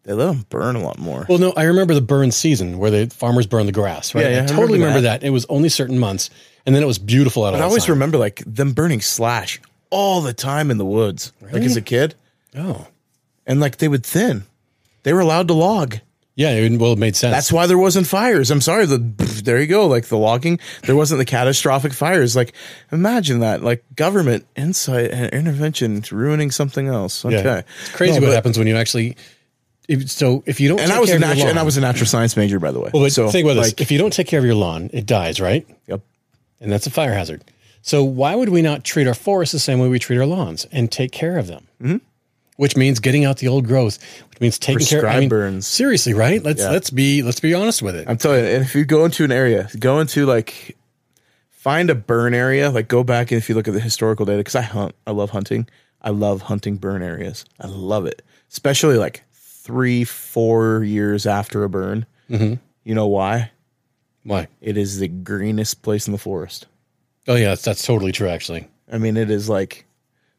A: they let them burn a lot more.
B: Well, no, I remember the burn season where the farmers burn the grass. Right,
A: Yeah, yeah, I
B: I
A: remember
B: totally remember that.
A: that.
B: It was only certain months, and then it was beautiful out.
A: but I always remember like them burning slash all the time in the woods, like as a kid,
B: Oh,
A: and like they would thin. They were allowed to log.
B: yeah. It, well, it made sense.
A: That's why there wasn't fires. I'm sorry. The there you go. Like the logging, there wasn't the catastrophic fires. Like imagine that. Like government insight and intervention to ruining something else. Okay,
B: yeah. It's crazy
A: No,
B: what
A: but-
B: happens when you actually. If, so if you don't,
A: And
B: take
A: I was
B: care
A: a
B: of your
A: natural. And I
B: lawn-
A: was a natural science major, by the way.
B: Well, but
A: so
B: think about this:
A: like,
B: if you don't take care of your lawn, it dies, right?
A: yep.
B: And that's a fire hazard. So why would we not treat our forests the same way we treat our lawns and take care of them? Mm-hmm. Which means getting out the old growth, which means taking care.
A: Prescribe
B: I mean,
A: burns.
B: seriously, right? Let's let's be let's be honest with it.
A: I'm telling you, and if you go into an area, go into like find a burn area, like go back and if you look at the historical data, because I hunt, I love hunting. I love hunting burn areas. I love it, especially like three, four years after a burn. You know why?
B: Why?
A: It is the greenest place in the forest.
B: Oh yeah, that's, that's totally true. Actually,
A: I mean, it is like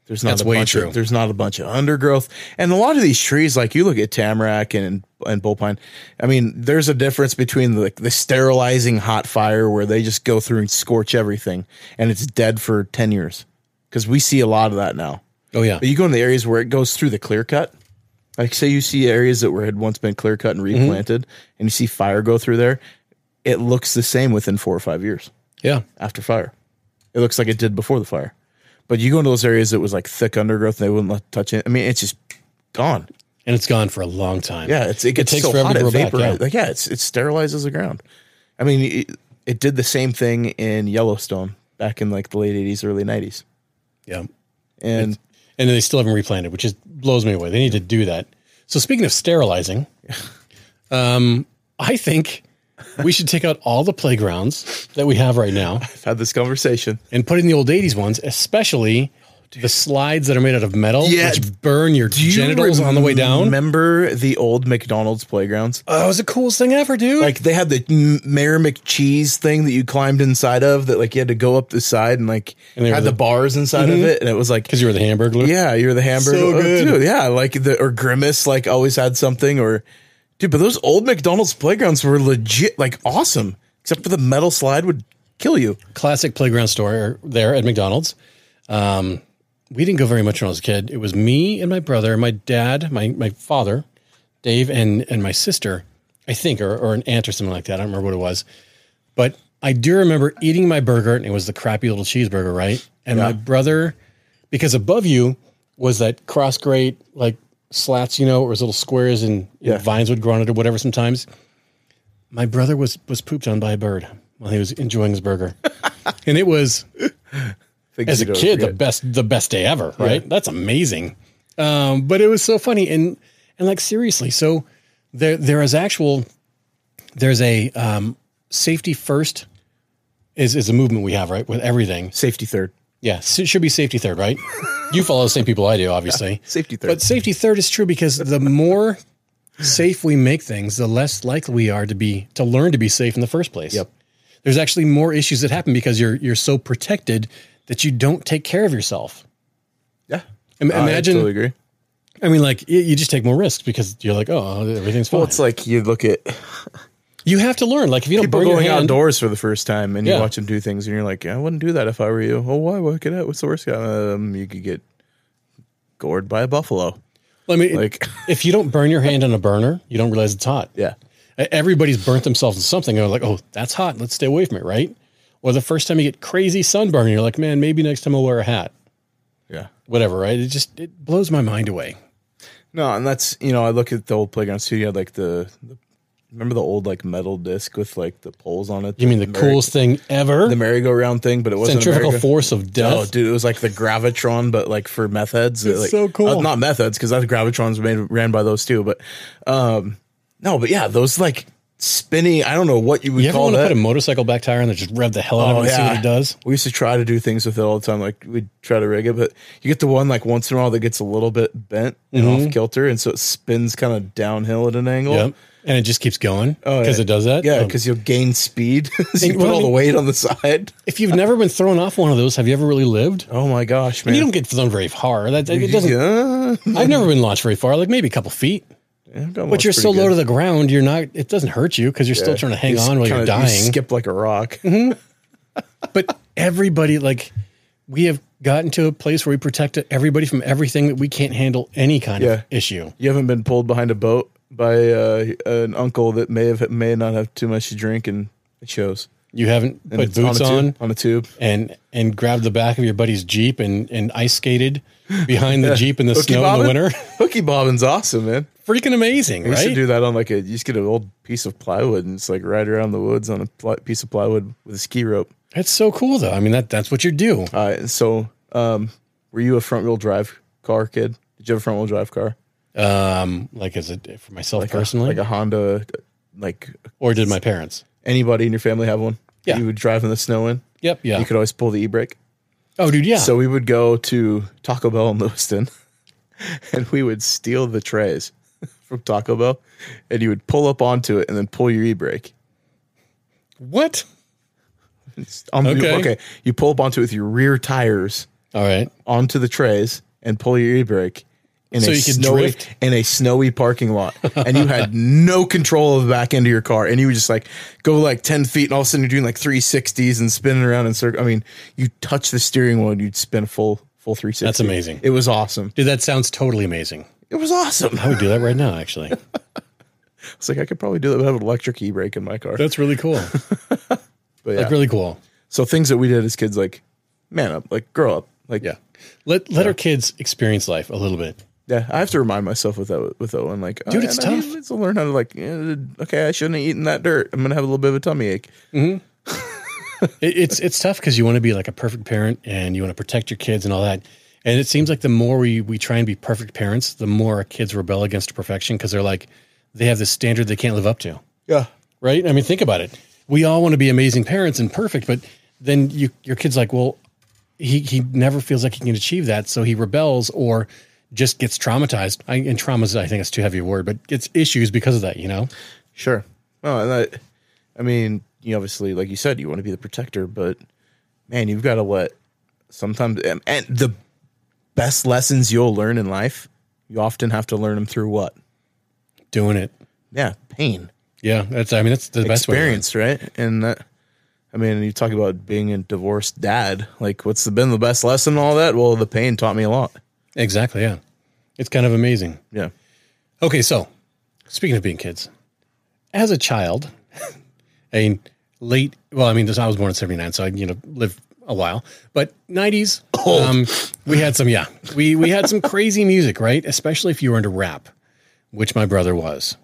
A: there's not
B: That's
A: a
B: way
A: bunch
B: true.
A: Of, there's not a bunch of undergrowth, and a lot of these trees, like you look at tamarack and and bullpine. I mean, there's a difference between the, the sterilizing hot fire where they just go through and scorch everything, and it's dead for ten years because we see a lot of that now.
B: oh yeah,
A: But you go in the areas where it goes through the clear cut. Like say you see areas that were had once been clear cut and
B: Mm-hmm.
A: replanted, and you see fire go through there. It looks the same within four or five years
B: yeah.
A: after fire. It looks like it did before the fire. But you go into those areas that was like thick undergrowth and they wouldn't let touch it. I mean, it's just gone.
B: And it's gone for a long time.
A: Yeah, it's it gets
B: takes
A: so
B: forever
A: hot
B: to
A: it
B: grow back,
A: vaporizes.
B: yeah.
A: Like, yeah, it's it sterilizes the ground. I mean, it, it did the same thing in Yellowstone back in like the late eighties, early nineties.
B: yeah.
A: And
B: and they still haven't replanted, which just blows me away. They need to do that. So speaking of sterilizing, um, I think we should take out all the playgrounds that we have right now
A: I've had this conversation.
B: and put in the old '80s ones, especially the slides that are made out of metal,
A: Yeah.
B: which burn your genitals on the way down.
A: Remember the old McDonald's playgrounds?
B: Oh, it was the coolest thing ever, dude.
A: Like they had the M- Mayor McCheese thing that you climbed inside of that like you had to go up the side and like
B: And they were
A: had
B: the- Mm-hmm.
A: the, bars inside of it and it was like
B: because you were the Hamburglar.
A: Yeah, you're the hamburger.
B: So
A: Oh,
B: good.
A: dude, yeah, like the or grimace, like always had something or dude. But those old McDonald's playgrounds were legit, like awesome. Except for the metal slide would kill you.
B: classic playground store there at McDonald's. Um, we didn't go very much when I was a kid. It was me and my brother, my dad, my my father, Dave, and and my sister, I think, or or an aunt or something like that. I don't remember what it was, but I do remember eating my burger, and it was the crappy little cheeseburger, right? And my brother, because above you was that cross grate like slats, you know, or those little squares, and, and
A: Yeah.
B: vines would grow on it or whatever. Sometimes my brother was was pooped on by a bird while he was enjoying his burger, and it was
A: Things
B: as a
A: you don't
B: kid the
A: forget.
B: best the best day ever. Right? That's amazing. Um, but it was so funny and and like seriously. So there there is actual there's a um, safety first is is a movement we have right with everything.
A: safety third,
B: Yeah, so it should be safety third, right? you follow the same people I do, obviously.
A: safety third.
B: But safety third is true because the more safe we make things, the less likely we are to be to learn to be safe in the first place.
A: Yep.
B: There's actually more issues that happen because you're you're so protected that you don't take care of yourself.
A: yeah,
B: Im-
A: I
B: imagine, I,
A: totally agree.
B: mean, like you, you just take more risks because you're like, oh, everything's fine.
A: Well, it's like you look at
B: you have to learn. Like if you don't
A: people
B: bring your
A: going
B: hand,
A: outdoors for the first time, and
B: Yeah.
A: you watch them do things, and you're like, I wouldn't do that if I were you. Oh, why? What could I? What's the worst? Um, you could get gored by a buffalo.
B: I mean,
A: Like,
B: if you don't burn your hand on a burner, you don't realize it's hot.
A: yeah,
B: E, everybody's burnt themselves in something. They're like, oh, that's hot. Let's stay away from it, right? Or the first time you get crazy sunburn, you're like, man, maybe next time I'll wear a hat.
A: yeah.
B: Whatever, right? It just it blows my mind away.
A: No, and that's you know I look at the old playground studio, like the, the remember the old like metal disc with like the poles on it.
B: You mean the
A: merry-
B: coolest thing ever?
A: the merry-go-round thing, but it wasn't
B: centrifugal
A: merry-go-
B: force of death.
A: Oh, dude, it was like the Gravitron, but like for meth heads. It's
B: so cool.
A: not meth heads, because that Gravitrons made ran by those too. But um no, but yeah, those like spinny. I don't know what you would
B: you ever
A: call
B: want to
A: that.
B: put a motorcycle back tire on there, just rev the hell out of it and see what it does?
A: Oh, We used to try to do things with it all the time. Like we'd try to rig it, but you get the one like once in a while that gets a little bit bent and off kilter, and so it spins kind of downhill at an angle.
B: Mm-hmm. Yep. And it just keeps going because
A: Oh, yeah.
B: it does that.
A: Yeah,
B: Um,
A: because you'll gain speed. so you
B: And- well,
A: put
B: I
A: all the
B: mean-
A: weight on the side.
B: if you've never been thrown off one of those, have you ever really lived?
A: Oh my gosh, man!
B: You don't get thrown very far. That it doesn't.
A: Yeah.
B: I've never been launched very far, like maybe a couple feet.
A: Yeah, I've got
B: But
A: lost
B: you're
A: pretty
B: so
A: good.
B: low to the ground, you're not. It doesn't hurt you because you're still trying to hang
A: You just
B: on while you're
A: kinda-
B: dying. Mm-hmm.
A: You skip like a rock.
B: but everybody, like, we have gotten to a place where we protect everybody from everything that we can't handle any kind
A: Yeah.
B: of issue.
A: You haven't been pulled behind a boat by uh, an uncle that may have may not have too much to drink and it shows.
B: You haven't
A: And
B: put
A: it's on a
B: boots
A: tube-
B: on,
A: on a tube.
B: and and grabbed the back of your buddy's jeep and and ice skated behind the jeep in the
A: Hooky
B: snow in the
A: bobbin?
B: winter.
A: Hooky bobbin's awesome, man.
B: Freaking amazing,
A: We used
B: right?
A: to do that on like a you just get an old piece of plywood and it's like ride around the woods on a pl- piece of plywood with a ski rope.
B: That's so cool, though. I mean, that that's what you do.
A: Uh, so, um, were you a front wheel drive car kid? Did you have a front wheel drive car?
B: Um, like, is it for myself personally,
A: like a Honda? Like
B: or did my parents?
A: anybody in your family have one?
B: Yeah.
A: you would drive in the snow in.
B: Yep. Yeah.
A: You could always pull the e brake.
B: oh, dude. Yeah.
A: So we would go to Taco Bell in Lewiston, and we would steal the trays from Taco Bell, and you would pull up onto it and then pull your e brake.
B: what? Okay.
A: okay, okay. Um, You pull up onto it with your rear tires.
B: All right.
A: onto the trays and pull your e-brake in
B: So
A: a
B: you could
A: snowy
B: drift.
A: in a snowy parking lot, and you had no control of the back end of your car, and you would just like go like ten feet, and all of a sudden you're doing like three sixties and spinning around in circle. I mean, you touch the steering wheel, and you'd spin a full full three sixty.
B: That's amazing.
A: It was awesome.
B: Dude, that sounds totally amazing.
A: It was awesome.
B: I would do that right now, actually.
A: It's like I could probably do that. but I have an electric e-brake in my car,
B: That's really cool.
A: but yeah.
B: Like really cool.
A: so things that we did as kids, like man up, like grow up, like
B: Yeah. Let let our kids experience life a little bit.
A: Yeah, I have to remind myself with that with that one. Like, oh,
B: Dude,
A: yeah,
B: it's
A: no, you
B: tough.
A: need to learn how to like. eh, Okay, I shouldn't have eaten that dirt. I'm gonna have a little bit of a tummy ache.
B: It, it's it's tough because you want to be like a perfect parent and you want to protect your kids and all that. And it seems like the more we we try and be perfect parents, the more our kids rebel against perfection because they're like they have this standard they can't live up to.
A: Yeah,
B: right? I mean, think about it. We all want to be amazing parents and perfect, but then you your kid's like, well, he he never feels like he can achieve that, so he rebels or just gets traumatized. I, and traumas, I think, is too heavy a word, but gets issues because of that. You know,
A: sure. Well, and that, I mean, you obviously, like you said, you want to be the protector, but man, you've got to let sometimes and, and the best lessons you'll learn in life, you often have to learn them through what?
B: doing it.
A: Yeah, pain,
B: Yeah, that's. I mean, that's the best way to learn.
A: experience, right? And that. I mean, you talk about being a divorced dad. Like, what's been the best lesson? in All that? Well, the pain taught me a lot.
B: Exactly. Yeah, it's kind of amazing.
A: Yeah.
B: Okay, so speaking of being kids, as a child, I mean, late, well, I mean, this- I was born in 79, so I, you know, lived a while, but 90s, um, we had some, yeah, we, we had some crazy music, right? Especially if you were into rap, which my brother was.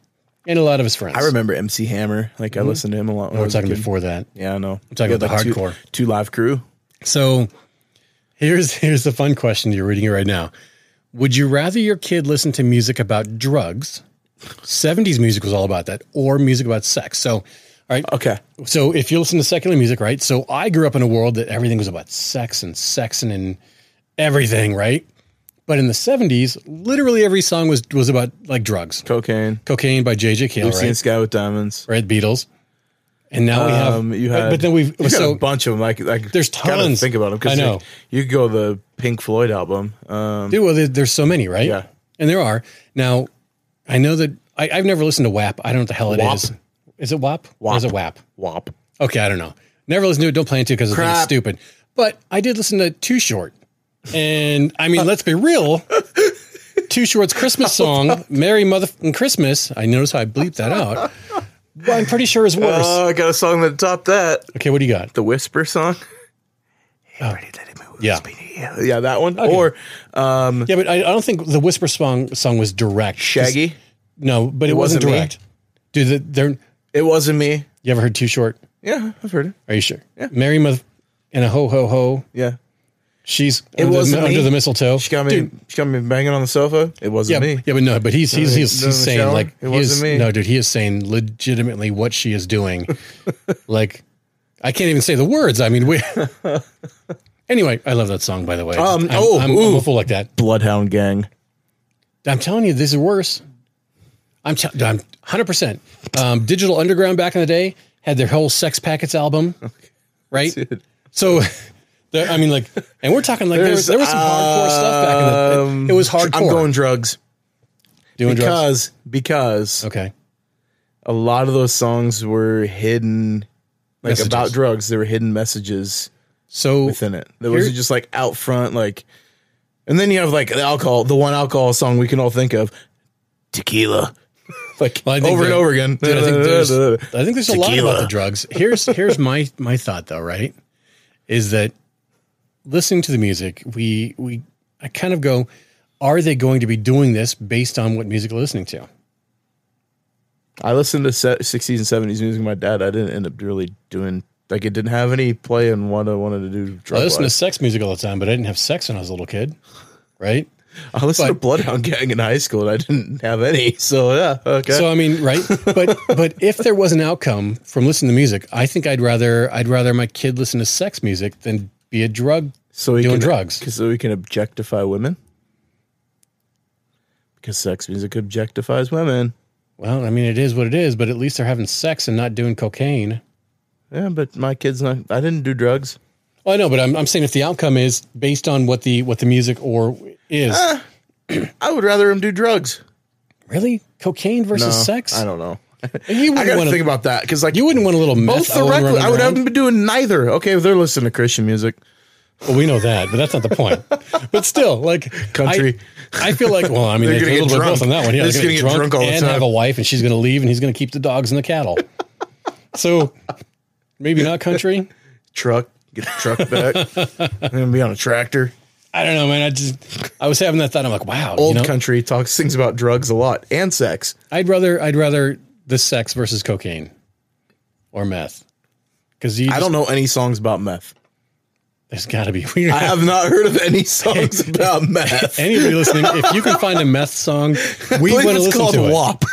B: and a lot of his friends.
A: I remember MC Hammer. Like I listened to him a lot. When I
B: Mm-hmm. We're
A: was a
B: talking
A: kid.
B: before that.
A: Yeah, I know. I'm
B: talking about the hardcore.
A: Two, two live crew.
B: So here's here's the fun question you're reading it right now. Would you rather your kid listen to music about drugs? 70s music was all about that, or music about sex. So all right.
A: Okay.
B: So if you listen to secular music, right? So I grew up in a world that everything was about sex and sex and, and everything, right? But in the 70s, literally every song was was about like drugs.
A: Cocaine.
B: Cocaine by JJ Cale,
A: Lucy and
B: right?
A: Sky with Diamonds.
B: Red Beatles. And now we have
A: Um, you
B: but-
A: had,
B: but, then we've
A: you got
B: so
A: a bunch of them. Like, like
B: There's
A: gotta
B: tons.
A: Think about them
B: I
A: because
B: know.
A: like, you could go the Pink Floyd album. Um,
B: Dude, well, there, there's so many, right?
A: Yeah.
B: And there are. Now, I know that I, I've never listened to WAP. I don't know what the hell it is.
A: WAP.
B: is. it WAP? Or is it WAP?
A: WAP.
B: Okay, I don't know. Never listened to it. Don't plan to because it's
A: Crap.
B: stupid. But I did listen to Too Short. And I mean, let's be real. Too Short's Christmas song, Merry Motherfucking Christmas. I noticed how I bleeped that out. But I'm pretty sure it's worse.
A: Oh, I got a song that topped that.
B: okay, what do you got?
A: The Whisper song.
B: Oh. Yeah.
A: Yeah, yeah, that one. Or um,
B: Yeah, but I, I don't think the Whisper song song was direct.
A: Shaggy.
B: No, but it, wasn't,
A: wasn't me.
B: direct. Dude, the, they're
A: It wasn't me.
B: You ever heard Too Short?
A: Yeah, I've heard it.
B: Are you sure? Yeah. Mary Mother and a ho ho ho.
A: Yeah.
B: She's under,
A: wasn't
B: the, under
A: me.
B: the mistletoe.
A: She got me. She got me banging on the sofa.
B: yeah,
A: It wasn't me.
B: yeah, but no, but he's he's he's,
A: No,
B: he's saying
A: Michelle,
B: like
A: it
B: he is-
A: wasn't me.
B: no, dude, he is saying legitimately what she is doing. like, I can't even say the words. I mean, we. anyway, I love that song by the way.
A: Um,
B: I'm,
A: oh,
B: I'm, I'm
A: ooh.
B: a fool like that.
A: Bloodhound Gang.
B: I'm telling you, this is worse. I'm t- I'm 100. percent um, Digital Underground back in the day had their whole Sex Packets album, right?
A: Dude.
B: So, there, I mean, like, and we're talking like there was, there was some hardcore stuff back in the. It, it was hardcore.
A: um, I'm going drugs
B: doing drugs.
A: because because
B: Okay,
A: a lot of those songs were hidden, like
B: Messages.
A: about drugs. There were hidden messages
B: so
A: within it. There wasn't just like out front, like. And then you have like the alcohol, the one alcohol song we can all think of, tequila, like
B: Well, I think
A: over and
B: there-
A: over again.
B: dude, I think there's, I think there's a lot
A: Tequila.
B: about the drugs. Here's here's my my thought though, right? Is that listening to the music, we we I kind of go, are they going to be doing this based on what music they're listening to?
A: I listened to se- 60s and 70s music with my dad. I didn't end up really doing like it didn't have any play in what I wanted to do.
B: I
A: Drug
B: listened to
A: wise.
B: sex music all the time, but I didn't have sex when I was a little kid, right?
A: I listened to Bloodhound Gang in high school, and I didn't have any. So yeah, okay.
B: So I mean, right? But but if there was an outcome from listening to music, I think I'd rather I'd rather my kid listen to sex music than be a drug.
A: so we
B: doing
A: can,
B: drugs.
A: 'cause so we can objectify women because sex music objectifies women.
B: Well, I mean, it is what it is, but at least they're having sex and not doing cocaine.
A: Yeah, but my kids not. I didn't do drugs.
B: Well, Oh, I know, but I'm, I'm saying if the outcome is based on what the what the music or is
A: Ah. I would rather them do drugs.
B: really cocaine versus
A: No,
B: sex,
A: I don't know.
B: you
A: I
B: wouldn't
A: gotta
B: want
A: think about that because like
B: you wouldn't want a little
A: both
B: meth
A: the
B: rolling
A: reckless.
B: around
A: I would
B: the
A: have
B: ground?
A: them doing neither. Okay, they're listening to Christian music.
B: Well, we know that, but that's not the point. but still, like
A: Country.
B: I, I feel like well, I mean,
A: They're
B: there's
A: gonna
B: a
A: get
B: little bit of
A: drunk.
B: both on that one. Yeah, they're
A: They're just
B: going to get
A: gonna
B: drunk,
A: get drunk all the
B: and
A: time.
B: have a wife, and she's going to leave, and he's going to keep the dogs and the cattle. so maybe not country.
A: truck, get the truck back. I'm gonna be on a tractor.
B: I don't know, man. I just I was having that thought. I'm like, wow,
A: Old
B: you know,
A: country talks things about drugs a lot and sex.
B: I'd rather I'd rather the sex versus cocaine or meth because you.
A: I
B: just-
A: don't know any songs about meth.
B: There's got to be weird.
A: I have not heard of any songs about meth.
B: Anybody listening, if you can find a meth song, we
A: I
B: want
A: believe
B: to
A: it's
B: listen
A: called
B: to it.
A: WAP.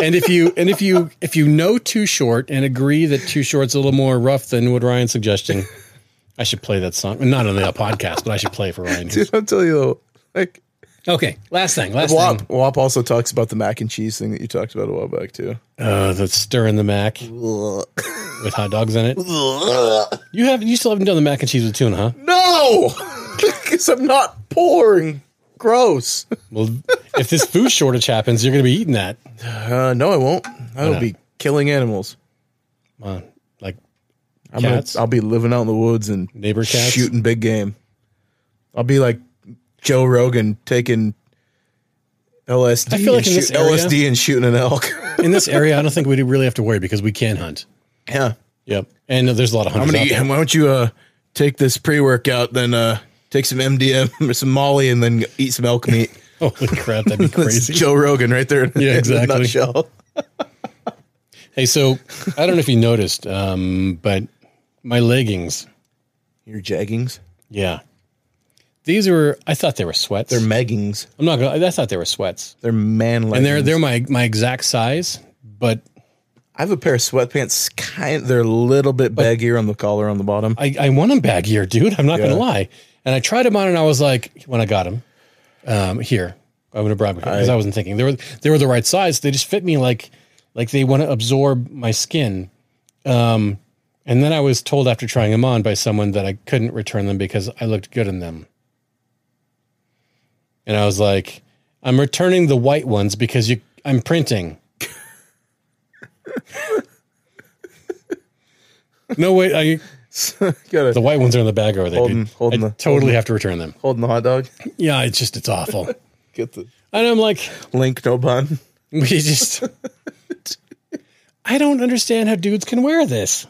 B: and if you and if you if you know too short and agree that too short's a little more rough than what Ryan's suggesting, I should play that song. Not on the podcast, but I should play it for Ryan.
A: Dude, I'll tell you though, like
B: Okay, last thing, last thing.
A: WAP. WAP also talks about the mac and cheese thing that you talked about a while back too.
B: Uh, the stir in the mac with hot dogs in it. You have you still haven't done the mac and cheese with tuna, huh?
A: No, because I'm not poor and gross.
B: Well, if this food shortage happens, you're going to be eating that.
A: Uh, no, I won't. I will be killing animals.
B: Uh, like
A: I'm gonna,
B: Cats?
A: I'll be living out in the woods and
B: Neighbor cats?
A: shooting big game. I'll be like Joe Rogan taking LSD,
B: I feel like
A: and
B: in this area-
A: LSD and shooting an elk.
B: in this area, I don't think we really have to worry because we can hunt.
A: yeah,
B: Yep, and there's a lot of
A: I'm
B: hunters.
A: gonna.
B: out
A: eat-
B: there.
A: Why don't you uh, take this pre workout, then uh, take some MDM or some Molly, and then eat some elk meat.
B: Holy crap, that'd be
A: That's
B: crazy.
A: Joe Rogan right there. In,
B: Yeah,
A: in a
B: exactly.
A: nutshell.
B: Hey, so I don't know if you noticed, um, but my leggings,
A: Your jeggings.
B: yeah, these were. I thought they were sweats.
A: They're meggings.
B: I'm not gonna. I thought they were sweats,
A: They're man leggings.
B: and they're they're my my exact size, but
A: I have a pair of sweatpants. Kind, they're a little bit baggier on the collar on the bottom.
B: I, I want them baggier, dude. I'm not
A: Yeah.
B: gonna lie. And I tried them on, and I was like, when I got them um, here, I would have brought them because I, wasn't thinking they were they were the right size. They just fit me like like they want to absorb my skin. Um, and then I was told after trying them on by someone that I couldn't return them because I looked good in them. And I was like, I'm returning the white ones because you I'm printing. no wait, I
A: Got
B: the
A: to
B: white ones are in the bag over there.
A: Holding-
B: dude.
A: holding
B: I
A: the-
B: totally have to return them.
A: holding the hot dog.
B: Yeah, it's just it's awful.
A: Get the
B: And I'm like,
A: link, no bun.
B: we just I don't understand how dudes can wear this.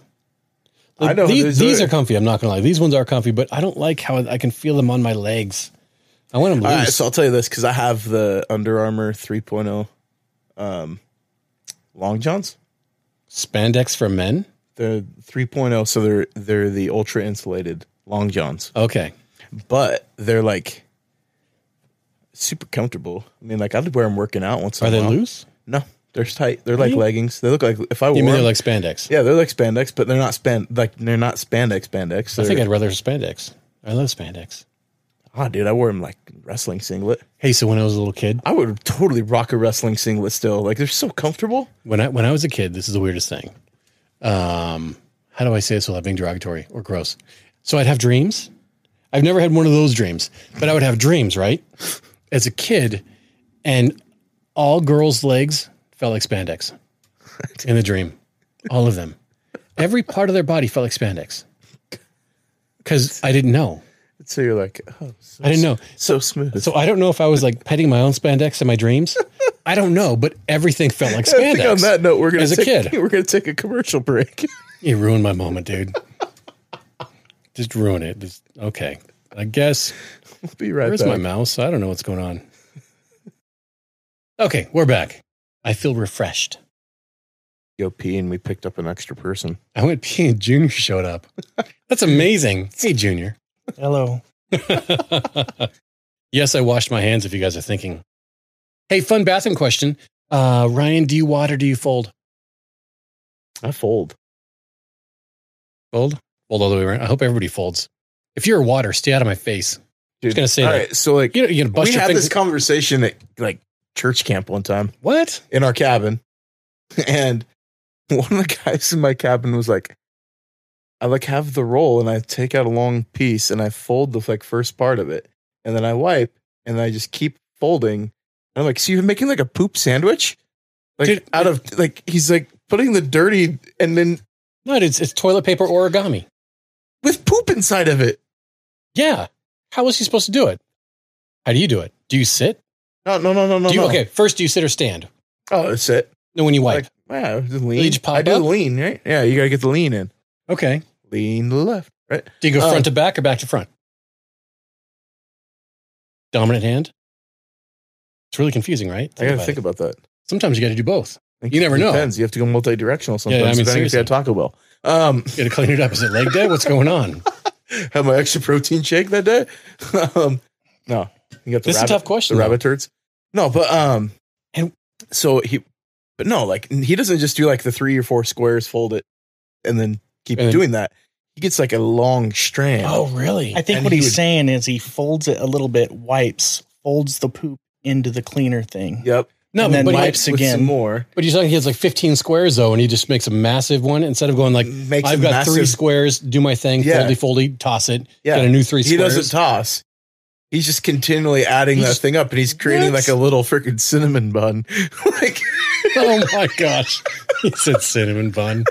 A: I know,
B: these,
A: there's
B: these
A: a-
B: are comfy. I'm not gonna lie. These ones are comfy, but I don't like how I can feel them on my legs. I want them loose.
A: All right, so I'll tell you this because I have the Under Armour 3.0 um, long johns.
B: Spandex for men.
A: They're 3.0, oh, so they're they're the ultra insulated long johns,
B: Okay.
A: but they're like super comfortable. I mean, like I'd wear them working out once. in
B: Are
A: a
B: they
A: while.
B: loose?
A: No, they're tight. They're like leggings. They look like if I wore
B: You mean they're
A: them-
B: like spandex?
A: yeah, they're like spandex, but they're not span like they're not spandex spandex.
B: I
A: They're-
B: think I'd rather spandex. I love spandex.
A: Ah, dude, I wore them like wrestling singlet.
B: Hey, so when I was a little kid,
A: I would totally rock a wrestling singlet still. Like they're so comfortable.
B: when I when I was a kid, this is the weirdest thing. Um, how do I say this without being derogatory or gross? So I'd have dreams. I've never had one of those dreams, but I would have dreams, right? As a kid, and all girls' legs felt like spandex in the dream. All of them. Every part of their body felt like spandex. Cause I didn't know.
A: So you're like, oh, so,
B: I didn't know.
A: so smooth.
B: So I don't know if I was like petting my own spandex in my dreams. I don't know, but everything felt like
A: I
B: spandex.
A: think on that note, we're gonna
B: As a
A: take,
B: kid.
A: we're gonna take a commercial break.
B: You ruined my moment, dude. Just ruin it. Just, okay. I guess.
A: we'll be right
B: Where's
A: back.
B: my mouse? I don't know what's going on. Okay, we're back. I feel refreshed.
A: Go pee, and we picked up an extra person.
B: I went pee and Junior showed up. That's amazing. Hey, Junior.
C: Hello.
B: yes, I washed my hands if you guys are thinking. Hey, fun bathroom question. Uh, Ryan, do you water? Do you fold?
A: I fold.
B: Fold? Fold all the way around. I hope everybody folds. If you're a water, stay out of my face.
A: Dude,
B: gonna say
A: all
B: that.
A: right, so like
B: You know, you're going to bust
A: we
B: your
A: had
B: fingers.
A: this conversation at like church camp one time
B: what?
A: in our cabin, and one of the guys in my cabin was like, I like have the roll and I take out a long piece and I fold the like first part of it and then I wipe and I just keep folding. And I'm like, so you're making like a poop sandwich? Like
B: Dude,
A: out of like he's like putting the dirty and then
B: No, it's, it's toilet paper origami.
A: with poop inside of it.
B: Yeah. How was he supposed to do it? How do you do it? Do you sit?
A: No, no, no, no, no.
B: do you,
A: no.
B: Okay, first, do you sit or stand?
A: Oh, that's it.
B: No, when you wipe.
A: Like, yeah, just lean.
B: Each pop
A: I do
B: up?
A: lean, right? Yeah, you gotta get the lean in.
B: okay.
A: Lean to the left, right?
B: Do you go
A: Oh.
B: front to back or back to front? Dominant hand? It's really confusing, right?
A: I gotta
B: about
A: think
B: it.
A: about that.
B: Sometimes you got to do both.
A: Like,
B: You never know.
A: Depends. You have to go multi-directional sometimes.
B: I mean,
A: depending if you had Taco Bell. Um,
B: You got to clean it up. Is it leg day? What's going on?
A: had my extra protein shake that day. um, no, you got the
B: This is a
A: rabbit,
B: tough
A: the
B: question. though.
A: rabbit turds. No, but um,
B: And-
A: and so he, but no, like he doesn't just do like the three or four squares, fold it, and then keep
B: And then-
A: doing that. He gets like a long strand.
B: Oh, really?
C: I think
A: And
C: what
A: he
C: he's
A: would-
C: saying is he folds it a little bit, wipes, folds the poop into the cleaner thing.
A: yep.
B: no,
C: and
B: but,
C: then
B: but,
C: wipe-
B: he,
C: wipes
A: With
C: again.
A: some more.
B: but you're talking he has like 15 squares, though, and he just makes a massive one instead of going like,
A: Makes
B: I've
A: a
B: got
A: massive-
B: three squares, do my thing,
A: Yeah.
B: foldy, foldy, toss it,
A: Yeah.
B: get a new three
A: He
B: squares.
A: doesn't toss. He's just continually adding
B: He's-
A: that thing up, and he's creating
B: What?
A: like a little freaking cinnamon bun. like
B: oh my gosh. He said cinnamon bun.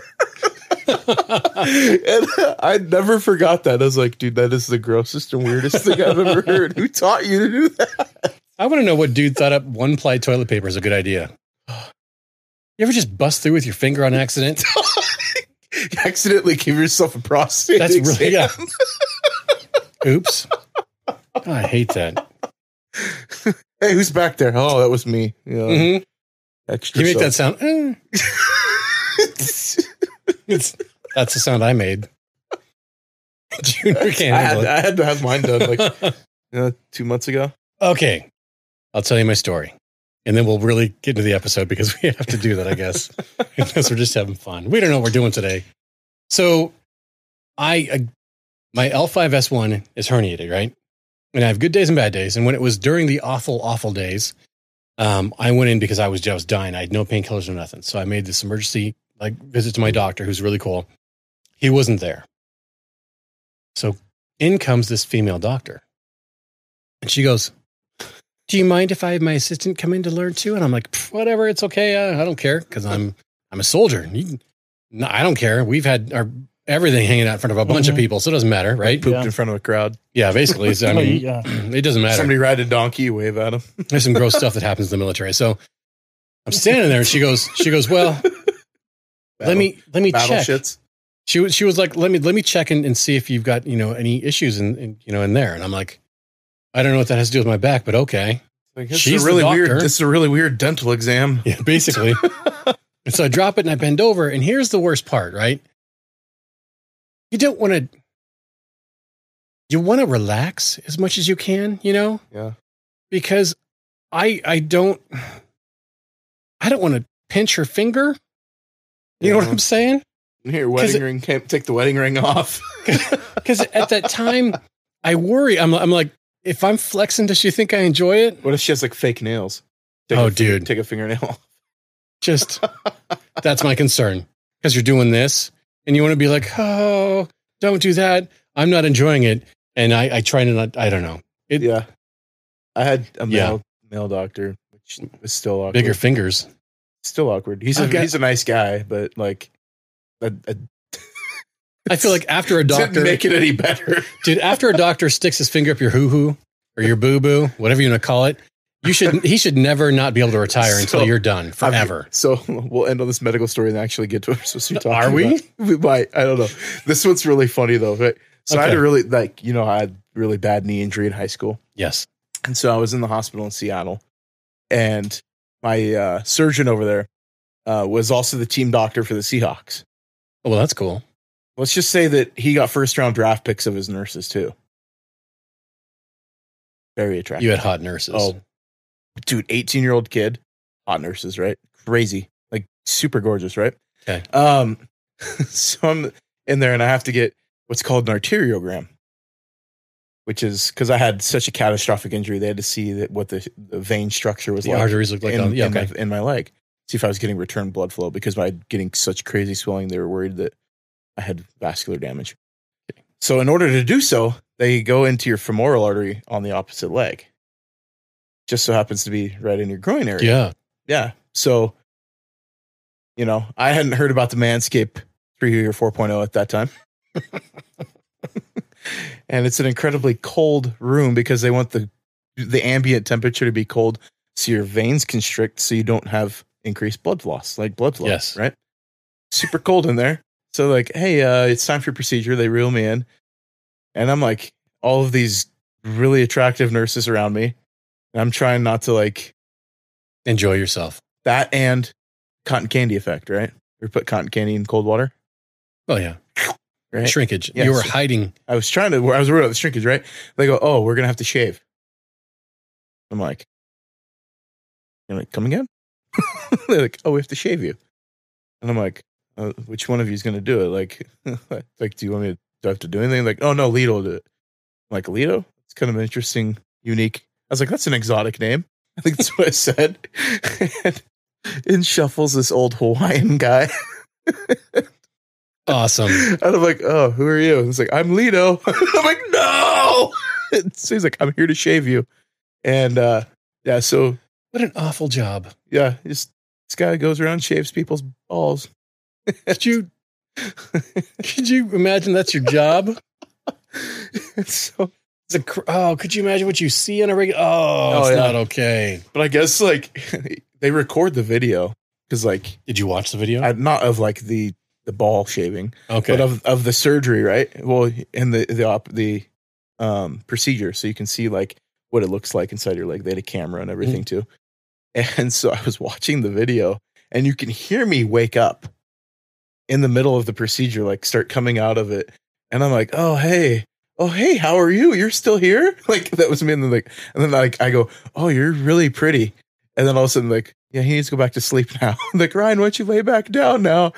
A: and I never forgot that. I was like, dude, that is the grossest and weirdest thing I've ever heard. Who taught you to do that?
B: I want to know what dude thought up one ply toilet paper is a good idea. You ever just bust through with your finger on accident?
A: Accidentally give yourself a prostate.
B: That's
A: exam.
B: really, yeah. Oops. I hate that.
A: Hey, who's back there? Oh, that was Oh, me. Yeah.
B: Mhm.
A: Extra.
B: You make that
A: soft.
B: sound. "Eh." It's- that's the sound I made. Junior can't
A: I had,
B: handle
A: I had to have mine done like
B: it.
A: uh, two months ago.
B: okay, I'll tell you my story, and then we'll really get into the episode because we have to do that, I guess, because we're just having fun. We don't know what we're doing today. So, I uh, my L5S1 is herniated, right? And I have good days and bad days. And when it was during the awful, awful days, um, I went in because I was I was dying. I had no painkillers or nothing. So I made this emergency like visit to my doctor, who's really cool. He wasn't there. So in comes this female doctor. And she goes, Do you mind if I have my assistant come in to learn too? And I'm like, "Pff, whatever, it's okay. Uh, I don't care because I'm I'm a soldier. You can- no, I don't care. We've had our everything hanging out in front of a bunch of
C: Mhm.
B: people, so it doesn't matter, right?
A: Pooped
C: Yeah.
A: in front of a crowd.
B: Yeah, basically. So, I
C: No,
B: mean,
C: yeah.
B: it doesn't matter.
A: Somebody ride a donkey, wave at him.
B: There's some gross stuff that happens in the military. So I'm standing there, and she goes, she goes, well, let me let me
A: battle
B: check.
A: shits.
B: She was she was like, let me let me check and, and see if you've got you know any issues in, in you know in there. And I'm like, I don't know what that has to do with my back, but okay.
A: Like, this
B: She's
A: is
B: the
A: a really weird.
B: doctor.
A: This is a really weird dental exam.
B: Yeah, basically. and so I drop it and I bend over. And here's the worst part, right? You don't want to, you want to relax as much as you can, you know?
A: Yeah.
B: Because I, I don't, I don't want to pinch her finger. You know what
A: Yeah.
B: I'm saying?
A: Here,
B: 'Cause
A: wedding
B: it-
A: ring. Can't take the wedding ring off.
B: Because at that time, I worry. I'm, I'm like, if I'm flexing, does she think I enjoy it?
A: what if she has like fake nails? Take
B: Oh,
A: a finger-
B: dude.
A: take a fingernail. off.
B: Just that's my concern because you're doing this and you want to be like, oh, don't do that. I'm not enjoying it. And I, I try to not, I don't know, It-
A: yeah, I had a
B: Yeah.
A: male male doctor, which was still awkward.
B: bigger fingers.
A: still awkward. He's a,
B: I've got-
A: he's a nice guy, but like, a, a
B: I feel like after a
A: didn't
B: doctor,
A: make it any better.
B: dude, after a doctor sticks his finger up your hoo hoo or your boo boo, whatever you want to call it, you should, he should never not be able to retire
A: So,
B: until you're done forever.
A: So we'll end on this medical story and actually get to what we're supposed to be talking
B: Are we?
A: about. We might. I don't know. This one's really funny though. Right? So I had
B: Okay.
A: a really like you know I had really bad knee injury in high school,
B: Yes.
A: and so I was in the hospital in Seattle, and my uh, surgeon over there uh, was also the team doctor for the Seahawks.
B: Oh, well, that's cool.
A: Let's just say that he got first round draft picks of his nurses too. Very attractive.
B: You had hot nurses.
A: Oh. dude, 18 year old kid, hot nurses, right? Crazy, like super gorgeous, right?
B: Okay.
A: Um, so I'm in there and I have to get what's called an arteriogram, which is because I had such a catastrophic injury, they had to see that what the, the vein structure was
B: the
A: like
B: arteries look like,
A: in,
B: on, yeah,
A: in
B: okay.
A: my, in my leg, see if I was getting return blood flow because by getting such crazy swelling, they were worried that I had vascular damage. So, in order to do so, they go into your femoral artery on the opposite leg. Just so happens to be right in your groin area.
B: yeah.
A: Yeah. So, you know, I hadn't heard about the Manscaped 3 or 4.0 at that time. and it's an incredibly cold room because they want the the ambient temperature to be cold so your veins constrict so you don't have increased blood loss, like blood flow,
B: Yes.
A: right? Super cold in there. So like, hey, uh, it's time for your procedure. They reel me in. And I'm like, all of these really attractive nurses around me. And I'm trying not to like
B: Enjoy yourself.
A: that and cotton candy effect, right? We put cotton candy in cold water,
B: Oh, yeah.
A: right?
B: Shrinkage.
A: Yes.
B: You were hiding.
A: I was trying to, I was worried about the shrinkage, right? They go, oh, we're gonna have to shave. I'm like, I'm like, come again? They're like, oh, we have to shave you, and I'm like, uh, which one of you is gonna do it? Like, like, do you want me? To, do I have to do anything? Like, oh no, Lito will do it. I'm like Lito, it's kind of an interesting, unique. I was like, that's an exotic name. I think that's what I said. and in shuffles this old Hawaiian guy.
B: Awesome.
A: And I'm like, oh, who are you? And it's like, I'm Lito. I'm like, no. And so he's like, I'm here to shave you. And uh, yeah, so
B: What an awful job.
A: yeah, just, this guy goes around shaves people's balls.
B: Could you could you imagine that's your job?
A: And so,
B: It's a cr- oh, could you imagine what you see on a regular? Oh,
A: Oh,
B: it's
A: yeah.
B: not okay.
A: but I guess like they record the video because like
B: Did you watch the video?
A: I- not of like the the ball shaving,
B: okay,
A: but of of the surgery, right? Well, and the the op, the um procedure, so you can see like what it looks like inside your leg. They had a camera and everything too, And so I was watching the video, and you can hear me wake up in the middle of the procedure, like start coming out of it. And I'm like, oh, hey, oh, hey, how are you? You're still here? Like, that was me. And then, like, and then like, I go, oh, you're really pretty. And then all of a sudden, like, yeah, he needs to go back to sleep now. I'm like, Ryan, why don't you lay back down now?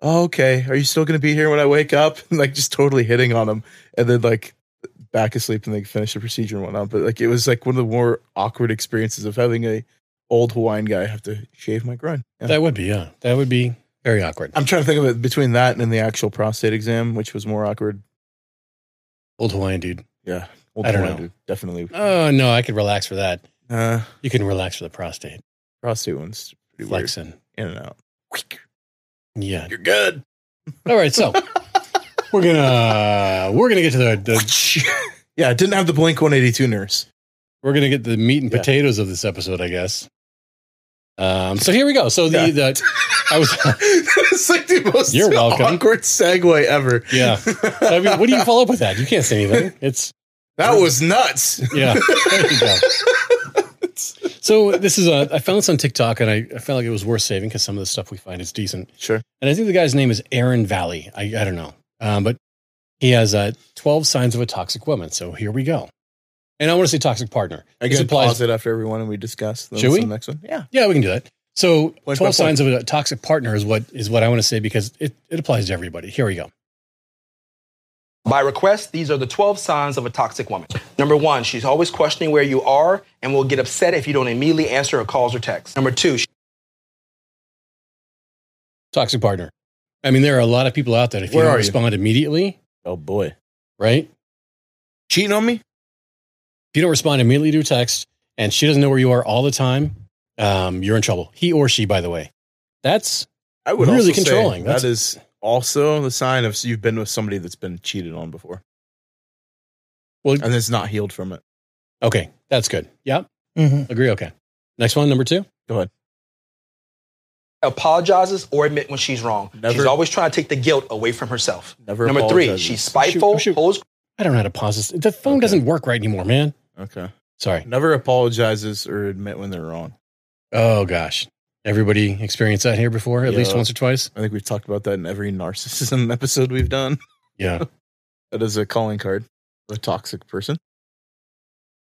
A: "Oh, okay, are you still going to be here when I wake up? And, like, just totally hitting on him. And then, like, back asleep and like finish the procedure and whatnot. But like, it was like one of the more awkward experiences of having a old Hawaiian guy have to shave my groin. Yeah.
B: That would be, yeah. That would be very awkward.
A: I'm trying to think of it between that and the actual prostate exam, which was more awkward.
B: Old Hawaiian dude.
A: Yeah. Old
B: I don't
A: Hawaiian
B: know.
A: dude, Definitely.
B: Oh, no, I could relax for that.
A: Uh,
B: You can relax for the prostate.
A: prostate one's pretty weird.
B: Flexing.
A: In and out. Quick.
B: Yeah.
A: You're good.
B: All right, so we're gonna we're gonna get to the, the
A: yeah, it didn't have the Blink 182 nurse.
B: we're gonna get the meat and
A: Yeah.
B: potatoes of this episode, I guess. Um, so here we go. So the
A: Yeah.
B: the I was
A: it's like the most
B: You're welcome.
A: awkward segue ever.
B: yeah. I mean, what do you follow up with that? You can't say anything. It's
A: that was nuts.
B: yeah. There you go. So this is a I found this on TikTok and I, I felt like it was worth saving because some of the stuff we find is decent.
A: Sure.
B: And I think the guy's name is Aaron Valley. I, I don't know. Um, but he has uh, 12 signs of a toxic woman. So here we go. And I want to say toxic partner.
A: I
B: This
A: can
B: applies-
A: pause it after everyone and we discuss. Then
B: Should
A: it's
B: we?
A: The next one. Yeah.
B: Yeah, we can do that. So
A: by
B: 12
A: point.
B: signs of a toxic partner is what is what I want to say because it, it applies to everybody. Here we go.
D: By request, these are the 12 signs of a toxic woman. Number one, she's always questioning where you are and will get upset if you don't immediately answer her calls or texts. Number two, she-
B: Toxic partner. I mean, there are a lot of people out there. If you
A: Where
B: don't
A: are you?
B: respond immediately,
A: Oh boy.
B: right? If
A: Cheating on me?
B: you don't respond immediately to a text and she doesn't know where you are all the time, um, you're in trouble. He or she, by the way. That's
A: I would
B: Really
A: also say
B: controlling.
A: that
B: That's-
A: is also the sign of you've been with somebody that's been cheated on before.
B: Well-
A: and it's not healed from it.
B: okay. That's good. Yep.
C: Mhm.
B: Agree. Okay. Next one, number two.
A: Go ahead.
D: apologizes or admit when she's wrong. She's
A: Never-
D: always trying to take the guilt away from herself.
A: Never.
D: Number three,
A: apologizes.
D: she's spiteful,
B: Shoot, shoot.
D: holds
B: I don't know how to pause this. The phone
A: Okay.
B: doesn't work right anymore, man.
A: okay.
B: Sorry.
A: Never apologizes or admit when they're wrong.
B: Oh gosh. Everybody experienced that here before, at least
A: Yeah.
B: once or twice.
A: I think we've talked about that in every narcissism episode we've done.
B: Yeah.
A: That is a calling card. of A toxic person.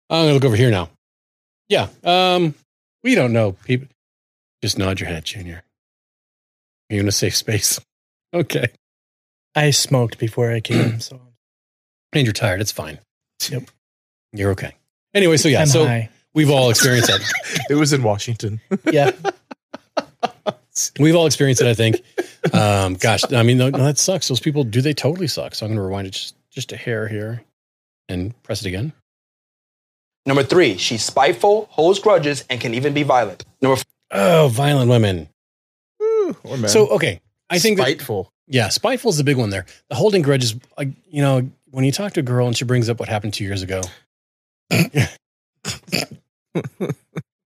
B: I'm gonna look over here now. Yeah. Um, we don't know people. Just nod your head, Junior. Are you in a safe space? Okay.
C: I smoked before I came, so
B: And you're tired. It's fine.
C: Yep.
B: You're okay. Anyway, so yeah,
C: I'm
B: so
C: high.
B: we've all experienced that.
A: It was in Washington.
C: Yeah,
B: We've all experienced it, I think. Um, gosh, I mean, no, no, that sucks. Those people do they totally suck. So I'm going to rewind it just, just a hair here and press it again.
D: Number three, she's spiteful, holds grudges, and can even be violent. Number four,
B: Oh, violent women.
A: Ooh, or man.
B: So okay, I think that,
A: spiteful.
B: yeah, spiteful is the big one there. The holding grudge is, like, you know, when you talk to a girl and she brings up what happened two years ago.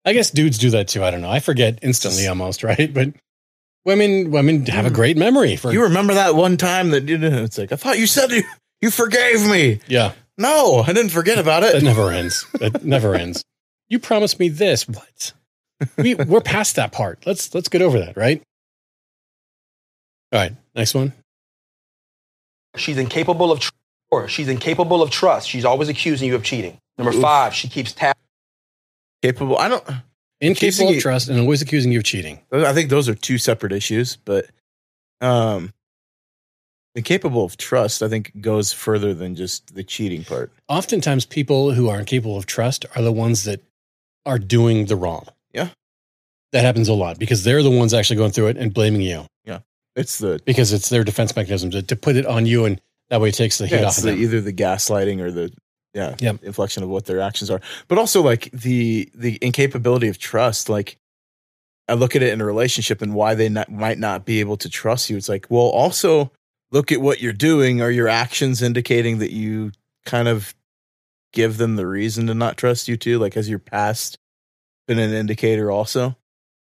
B: I guess dudes do that too. I don't know. I forget instantly almost, right? But women, women have a great memory for
A: you remember that one time that you know, it's like I thought you said you, you forgave me.
B: yeah.
A: No, I didn't forget about
B: That
A: it.
B: never ends. That never ends. You promised me this. What? We we're past that part. Let's let's get over that, right? All right. Next one.
D: she's incapable of tr- or she's incapable of trust. She's always accusing you of cheating. Number five, she keeps tabs
A: Capable. I don't.
B: Incapable of
A: Accusing-
B: trust and always accusing you of cheating.
A: Those- I think those are two separate issues, but um incapable of trust, I think goes further than just the cheating part.
B: Oftentimes people who are incapable of trust are the ones that are doing the wrong.
A: Yeah.
B: That happens a lot because they're the ones actually going through it and blaming you
A: It's the
B: because it's their defense mechanism to, to put it on you and that way it takes the heat
A: yeah,
B: off
A: it's
B: of
A: the,
B: them.
A: either the gaslighting or the yeah
B: Yep.
A: inflection of what their actions are, but also like the the incapability of trust. Like I look at it in a relationship and why they not, might not be able to trust you. It's like well, also look at what you're doing. Are your actions indicating that you kind of give them the reason to not trust you too? Like has your past been an indicator also?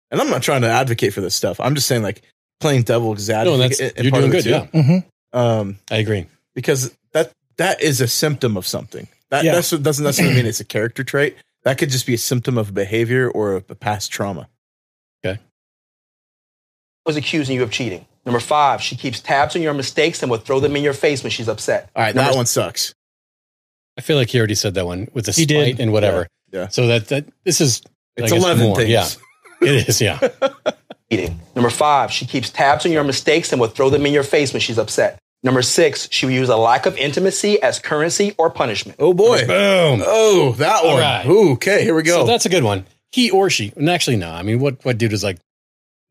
A: And I'm not trying to advocate for this stuff. I'm just saying like playing devil
B: No,
A: advocate.
B: that's
A: in- in
B: you're
A: part
B: doing
A: of it,
B: good.
A: too.
B: Yeah.
C: Mhm.
A: Um,
B: I agree.
A: because that that is a symptom of something. That
C: Yeah.
A: that's, doesn't necessarily mean it's a character trait. That could just be a symptom of behavior or of a past trauma.
D: was accusing you of cheating. Number five, she keeps tabs on your mistakes and will throw them in your face when she's upset.
A: All right,
D: Number-
A: that one sucks.
B: I feel like he already said that one with the
C: He
B: spite
C: did.
B: and whatever.
A: Yeah, yeah.
B: So that that this is I
A: It's
B: guess
A: eleven
B: more,
A: things.
B: yeah. it is yeah.
D: cheating. Number five, she keeps tabs on your mistakes and will throw them in your face when she's upset. Number six, she will use a lack of intimacy as currency or punishment.
A: Oh boy.
B: Boom.
A: Oh, that
B: All
A: one.
B: right.
A: Ooh, okay, here we go.
B: So that's a good one. He or she. And actually, no. I mean, what what dude is like?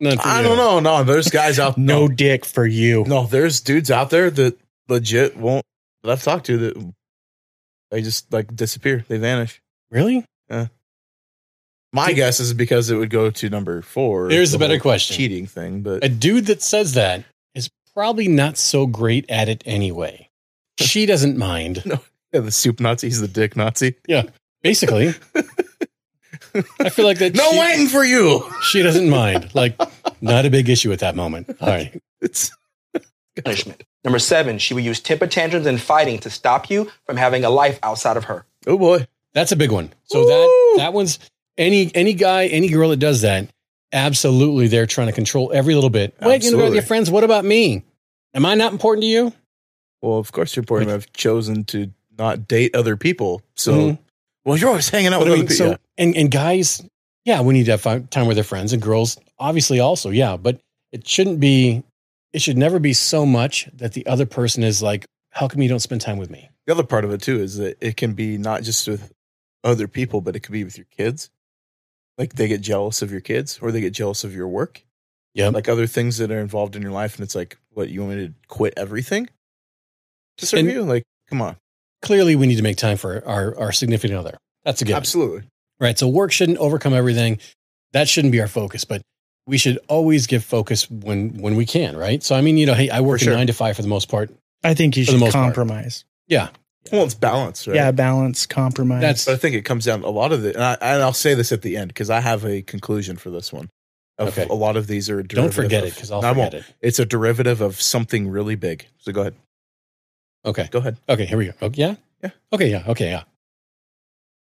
B: None for
A: I
B: you.
A: don't know. No, there's guys out.
C: No dick for you.
A: no, there's dudes out there that legit won't. That I've talked to that they just like disappear. They vanish.
C: Mm-hmm.
B: Really?
A: My guess is because it would go to number four.
B: Here's the better
A: whole
B: question.
A: Cheating thing, but
B: A dude that says that is probably not so great at it anyway. She doesn't mind.
A: yeah, the soup Nazi. He's the dick Nazi.
B: Basically, I feel like that.
A: No
B: she,
A: waiting for you.
B: She doesn't mind. Like, not a big issue at that moment. All right.
A: It's
D: Punishment. Number seven, she will use temper tantrums and fighting to stop you from having a life outside of her.
A: oh boy.
B: That's a big one. So
A: Woo!
B: that that one's any any guy, any girl that does that, absolutely they're trying to control every little bit. Wait, you know about
A: Absolutely.
B: your friends, what about me? Am I not important to you?
A: Well, of course you're important. I've chosen to not date other people. So,
B: Mhm.
A: well, you're always hanging out
B: But
A: with
B: I
A: other
B: mean,
A: people.
B: so and and guys, yeah, we need to have fi- time with their friends and girls, obviously also, yeah. But it shouldn't be, it should never be so much that the other person is like, "How come you don't spend time with me?"
A: The other part of it too is that it can be not just with other people, but it could be with your kids. Like they get jealous of your kids, or they get jealous of your work.
B: Yep.
A: like other things that are involved in your life, and it's like, what you want me to quit everything to serve
B: And-
A: you? Like, come on,
B: Clearly, we need to make time for our our significant other. That's a good. one.
A: absolutely.
B: right? So work shouldn't overcome everything. That shouldn't be our focus, but we should always give focus when when we can, right? So I mean, you know, hey, I work
A: For sure.
B: in nine to five for the most part.
C: I think you
B: For the
C: should
B: most part.
C: compromise.
A: Well, it's balance, right?
C: Yeah, balance, compromise.
B: That's
A: But I think it comes down to a lot of the, and, I, and I'll say this at the end because I have a conclusion for this one. Of
B: Okay.
A: A lot of these are. a
B: don't
A: derivative
B: forget
A: of-
B: it because I'll
A: No, I
B: forget
A: won't.
B: it.
A: It's a derivative of something really big. So go ahead.
B: Okay,
A: Go ahead.
B: okay, here we go. Okay, yeah,
A: Yeah.
B: okay, yeah, okay, yeah.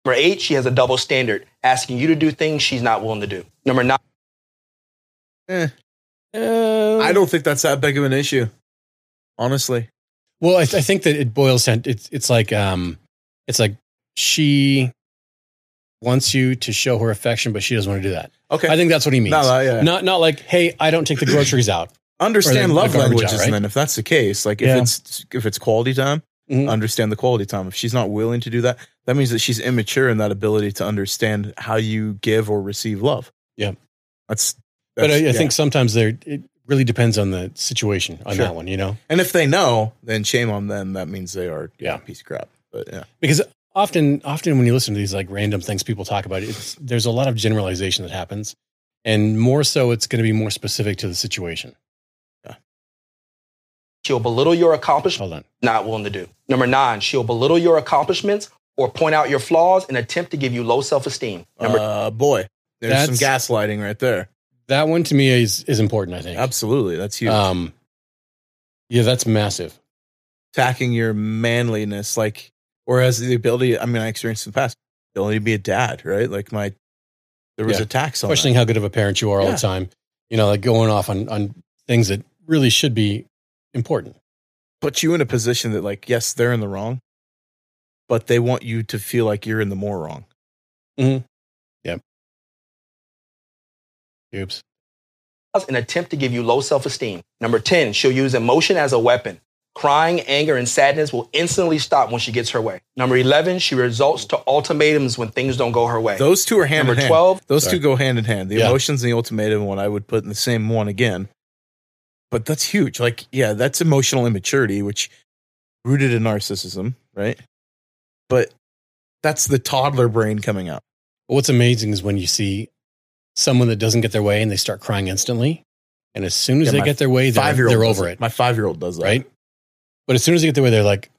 D: Number eight, she has a double standard, asking you to do things she's not willing to do. Number nine,
B: Uh,
A: I don't think that's that big of an issue, honestly.
B: Well, I, I think that it boils down. It's it's like um, it's like she wants you to show her affection, but she doesn't want to do that.
A: Okay.
B: I think that's what he means.
A: No, no, yeah.
B: Not not like, hey, I don't take the groceries out. or
A: understand
B: the-
A: love
B: the garbage
A: languages
B: out, right?
A: then if that's the case like if
C: Yeah.
A: it's if it's quality time
B: Mhm.
A: understand the quality time if she's not willing to do that that means that she's immature in that ability to understand how you give or receive love
B: Yeah.
A: that's,
B: But I, I
A: that's- yeah.
B: think sometimes there it really depends on the situation on
A: Sure.
B: that one, you know.
A: and if they know then shame on them that means they are yeah,
B: Yeah.
A: a piece of crap but yeah
B: because often often when you listen to these like random things people talk about it's there's a lot of generalization that happens and more so it's going to be more specific to the situation
D: she'll belittle your accomplishments.
B: hold on
D: not willing to do. Number nine, she'll belittle your accomplishments or point out your flaws and attempt to give you low self esteem. Number
A: uh boy there's some gaslighting right there
B: that one to me is is important i think
A: absolutely that's huge
B: um yeah that's massive
A: attacking your manliness, like or as the ability. I mean, I experienced in the past the ability to be a dad, right? Like my there was
B: Yeah.
A: attacks on
B: questioning
A: that.
B: how good of a parent you are all
A: Yeah.
B: the time you know like going off on on things that really should be important
A: put you in a position that like yes, they're in the wrong, but they want you to feel like you're in the more wrong.
B: oops
D: flaws and attempt to give you low self esteem. Number 10, she'll use emotion as a weapon. Crying, anger, and sadness will instantly stop when she gets her way. Number 11, she resorts to ultimatums when things don't go her way.
A: Those two are hand
D: Number
A: in hand.
D: 12,
A: Those
B: Sorry.
A: two go hand in hand. The
B: Yeah.
A: emotions and the ultimatum one I would put in the same one again. But that's huge. Like, yeah, that's emotional immaturity, which rooted in narcissism, right? But that's the toddler brain coming out.
B: But what's amazing is when you see someone that doesn't get their way and they start crying instantly and as soon as
A: Yeah,
B: they
A: my
B: get their way they're,
A: Five-year-old
B: they're
A: does
B: over it
A: My five year old does that.
B: right? But as soon as they get their way, they're like,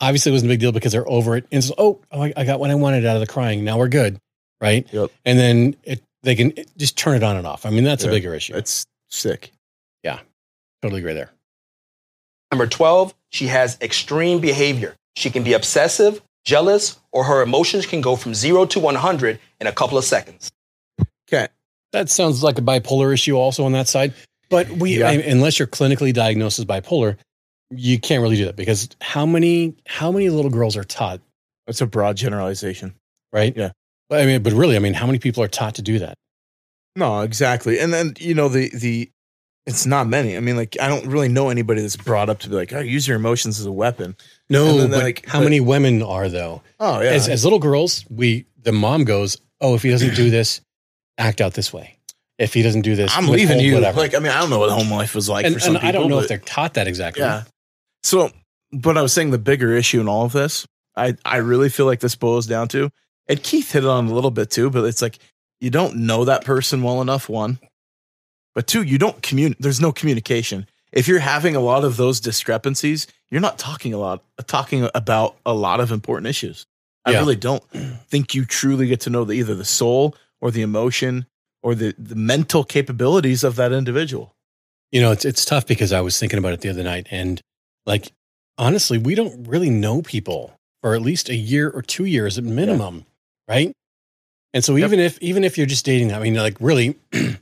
B: obviously it wasn't a big deal because they're over it. And so, oh, oh I, I got what I wanted out of the crying. Now we're good, right?
A: Yep.
B: And then it, they can just turn it on and off. I mean, that's
A: Yeah.
B: a bigger issue.
A: It's sick.
B: totally agree there.
D: Number 12, she has extreme behavior. She can be obsessive. jealous, or her emotions can go from zero to 100 in a couple of seconds.
A: Okay.
B: That sounds like a bipolar issue also on that side. But we,
A: Yeah.
B: I- unless you're clinically diagnosed as bipolar, you can't really do that because how many how many little girls are taught,
A: That's a broad generalization.
B: right?
A: Yeah.
B: But I mean, but really, I mean, how many people are taught to do that?
A: No, exactly. And then, you know, the, the, it's not many. I mean, like, I don't really know anybody that's brought up to be like, oh, use your emotions as a weapon. And
B: No,
A: then,
B: but
A: like,
B: how
A: but-
B: many women are though?
A: Oh, yeah.
B: As, as little girls, we the mom goes, "Oh, if he doesn't do this, act out this way. If he doesn't do this,
A: I'm
B: withhold
A: leaving you.
B: Whatever."
A: Like, I mean, I don't know what home life was like
B: and
A: for some
B: and
A: people.
B: I don't know if
A: but-
B: they're taught that exactly.
A: Yeah. So, but I was saying the bigger issue in all of this, I, I really feel like this boils down to, and Keith hit it on a little bit too, but it's like you don't know that person well enough, one, but two, you don't communicate. There's no communication. If you're having a lot of those discrepancies, you're not talking a lot, talking about a lot of important issues. I
B: Yeah.
A: really don't think you truly get to know the, either the soul or the emotion or the, the mental capabilities of that individual.
B: You know, it's it's tough because I was thinking about it the other night, and like honestly, we don't really know people for at least a year or two years at minimum, right? And so
A: Yep.
B: even if even if you're just dating, I mean, like really, you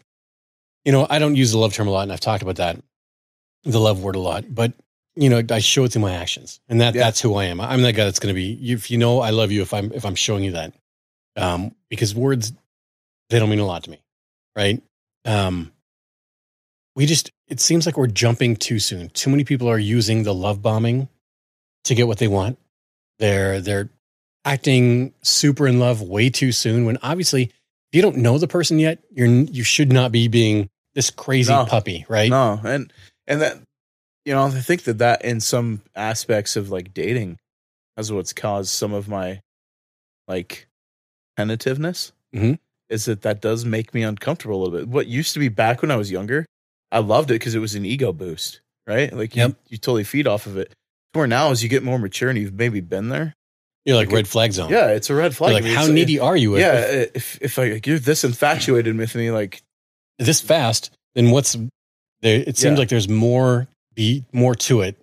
B: know, I don't use the love term a lot, and I've talked about that, the love word a lot, but you know, I show it through my actions, and that
A: Yeah.
B: that's who I am. I'm that guy that's going to be. If you know, I love you. If I'm if I'm showing you that, um, because words they don't mean a lot to me, right? Um, we just it seems like we're jumping too soon. Too many people are using the love bombing to get what they want. They're they're acting super in love way too soon when obviously if you don't know the person yet, you're you should not be being this crazy
A: No.
B: puppy, right?
A: No, and and that you know, I think that that in some aspects of like dating is what's caused some of my like tentativeness.
B: Mhm.
A: Is that that does make me uncomfortable a little bit? What used to be back when I was younger, I loved it because it was an ego boost, right? Like
B: Yep.
A: you, you totally feed off of it. Where now, as you get more mature and you've maybe been there,
B: You're like
A: Like,
B: red flag zone.
A: yeah, it's a
B: Oh.
A: red
B: You're
A: flag.
B: like,
A: I mean,
B: how
A: it's-
B: needy are you? If-
A: Yeah, if if I, you're this infatuated with me, like
B: if this fast, then what's there? It seems
A: Yeah.
B: like there's more be more to it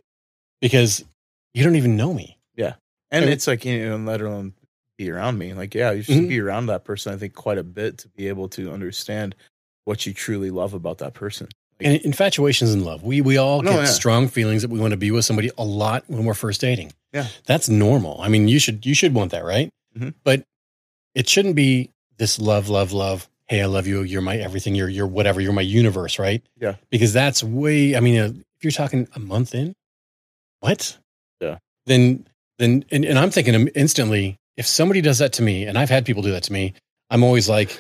B: because you don't even know me.
A: And
B: And-
A: it's like, you know, let alone be around me. Like, yeah, you should
B: Mhm.
A: be around that person, I think, quite a bit to be able to understand what you truly love about that person.
B: And infatuations in love. We we all
A: No,
B: get
A: Oh, yeah.
B: strong feelings that we want to be with somebody a lot when we're first dating.
A: Yeah.
B: That's normal. I mean, you should you should want that, right?
A: Mhm.
B: But it shouldn't be this love, love, love. Hey, I love you. You're my everything. You're you're whatever. You're my universe, right?
A: Yeah.
B: Because that's way I mean, uh, if you're talking a month in, what?
A: Yeah.
B: Then then and, and I'm thinking instantly, if somebody does that to me, and I've had people do that to me, I'm always like,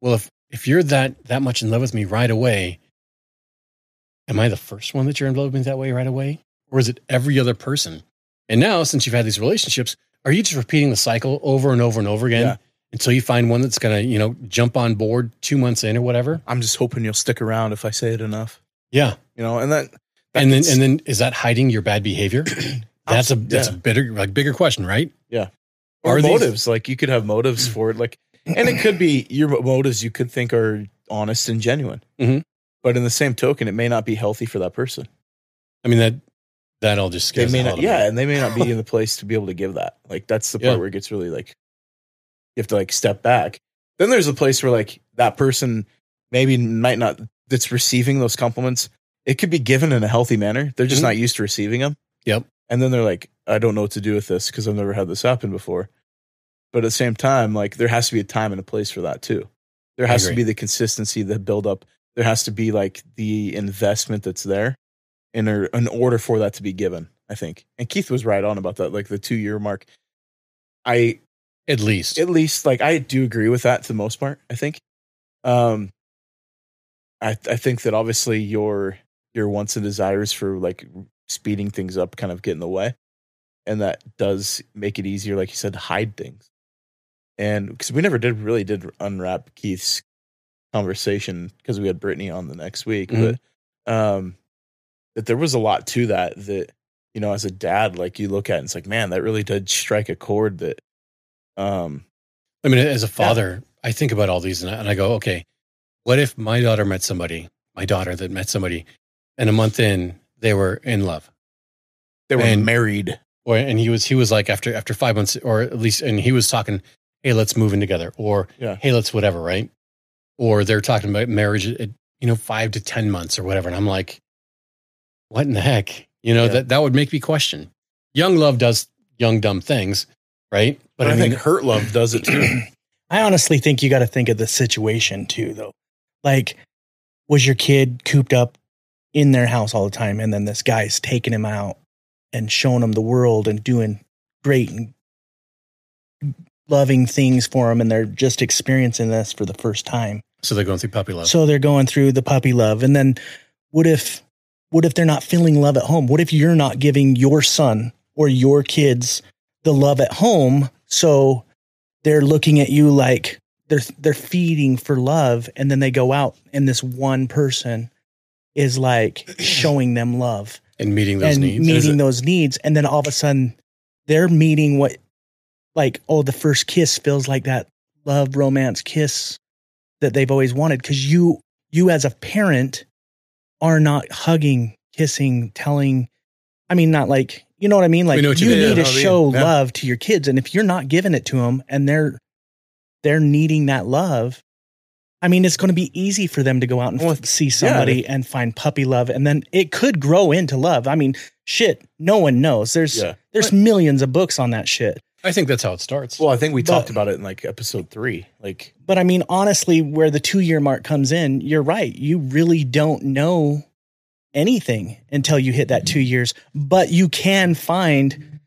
B: well, if if you're that that much in love with me right away, am I the first one that you're in love with that way right away? Or is it every other person? And now, since you've had these relationships, are you just repeating the cycle over and over and over again
A: Yeah.
B: until you find one that's gonna, you know, jump on board two months in or whatever?
A: I'm just hoping you'll stick around if I say it enough,
B: Yeah.
A: you know, and that, that
B: And then
A: gets-
B: and then is that hiding your bad behavior? that's a that's a bigger like bigger question, right?
A: or
B: are these- Mm-hmm.
A: motives, like, you could have motives for it. Like, and it could be your mo- motives you could think are honest and genuine.
B: Mhm.
A: But in the same token, it may not be healthy for that person.
B: I mean that that all just
A: They
B: scares
A: may
B: the
A: not,
B: hell out of me.
A: yeah, and they may not be in the place to be able to give that. Like that's the
B: Yeah.
A: part where it gets really like you have to like step back. Then there's a place where like that person maybe might not that's receiving those compliments. It could be given in a healthy manner. They're just
B: Mhm.
A: not used to receiving them.
B: Yep.
A: And then they're like, I don't know what to do with this because I've never had this happen before. But at the same time, like there has to be a time and a place for that too. There
B: I
A: has to
B: agree.
A: be the consistency, the build up. There has to be like the investment that's there in, or, in order for that to be given, I think. And Keith was right on about that, like the two year mark. I
B: At least.
A: at least like I do agree with that to the most part, I think. Um I I think that obviously your your wants and desires for like speeding things up kind of get in the way. And that does make it easier, like you said, to hide things. And because we never did really did unwrap Keith's conversation because we had Brittany on the next week,
B: Mhm.
A: but um that there was a lot to that that you know as a dad like you look at it and it's like man that really did strike a chord that um
B: I mean, as a father, I think about all these and I, and I go, okay, what if my daughter met somebody, my daughter that met somebody, and a month in, they were in love?
A: They were
B: And-
A: married.
B: or and he was he was like after after five months or at least and he was talking hey let's move in together or
A: Yeah.
B: hey let's whatever right or they're talking about marriage at you know five to ten months or whatever and i'm like what in the heck you know
A: Yeah.
B: that that would make me question young love does young dumb things right
A: But, I, think hurt love does it too.
C: I honestly think you got to think of the situation too, though. Like, was your kid cooped up in their house all the time, and then this guy's taking him out and showing him the world and doing great and loving things for him, and they're just experiencing this for the first time.
B: so they're going through puppy love
C: So they're going through the puppy love, and then what if, what if they're not feeling love at home? What if you're not giving your son or your kids the love at home? So they're looking at you like they're they're feeding for love, and then they go out, and this one person is like showing them love
B: and meeting those
C: and
B: needs
C: meeting those needs, and then all of a sudden they're meeting what, like, oh, the first kiss feels like that love romance kiss that they've always wanted because you you as a parent are not hugging, kissing, telling. I mean, not like you know what I mean. Like
B: know what you mean.
C: need
A: Yeah,
C: to
A: no, yeah,
C: show
A: yeah.
C: love to your kids, and if you're not giving it to them, and they're they're needing that love. I mean, it's going to be easy for them to go out and
A: Well,
C: f- see somebody and find puppy love, and then it could grow into love. I mean, shit, no one knows. There's
A: Yeah.
C: there's millions of books on that shit.
B: i think that's how it starts
A: Well, I think we
C: But-
A: talked about it in like episode three. Like,
C: But I mean, honestly, where the two year mark comes in, you're right. You really don't know anything until you hit that two years, but you can find,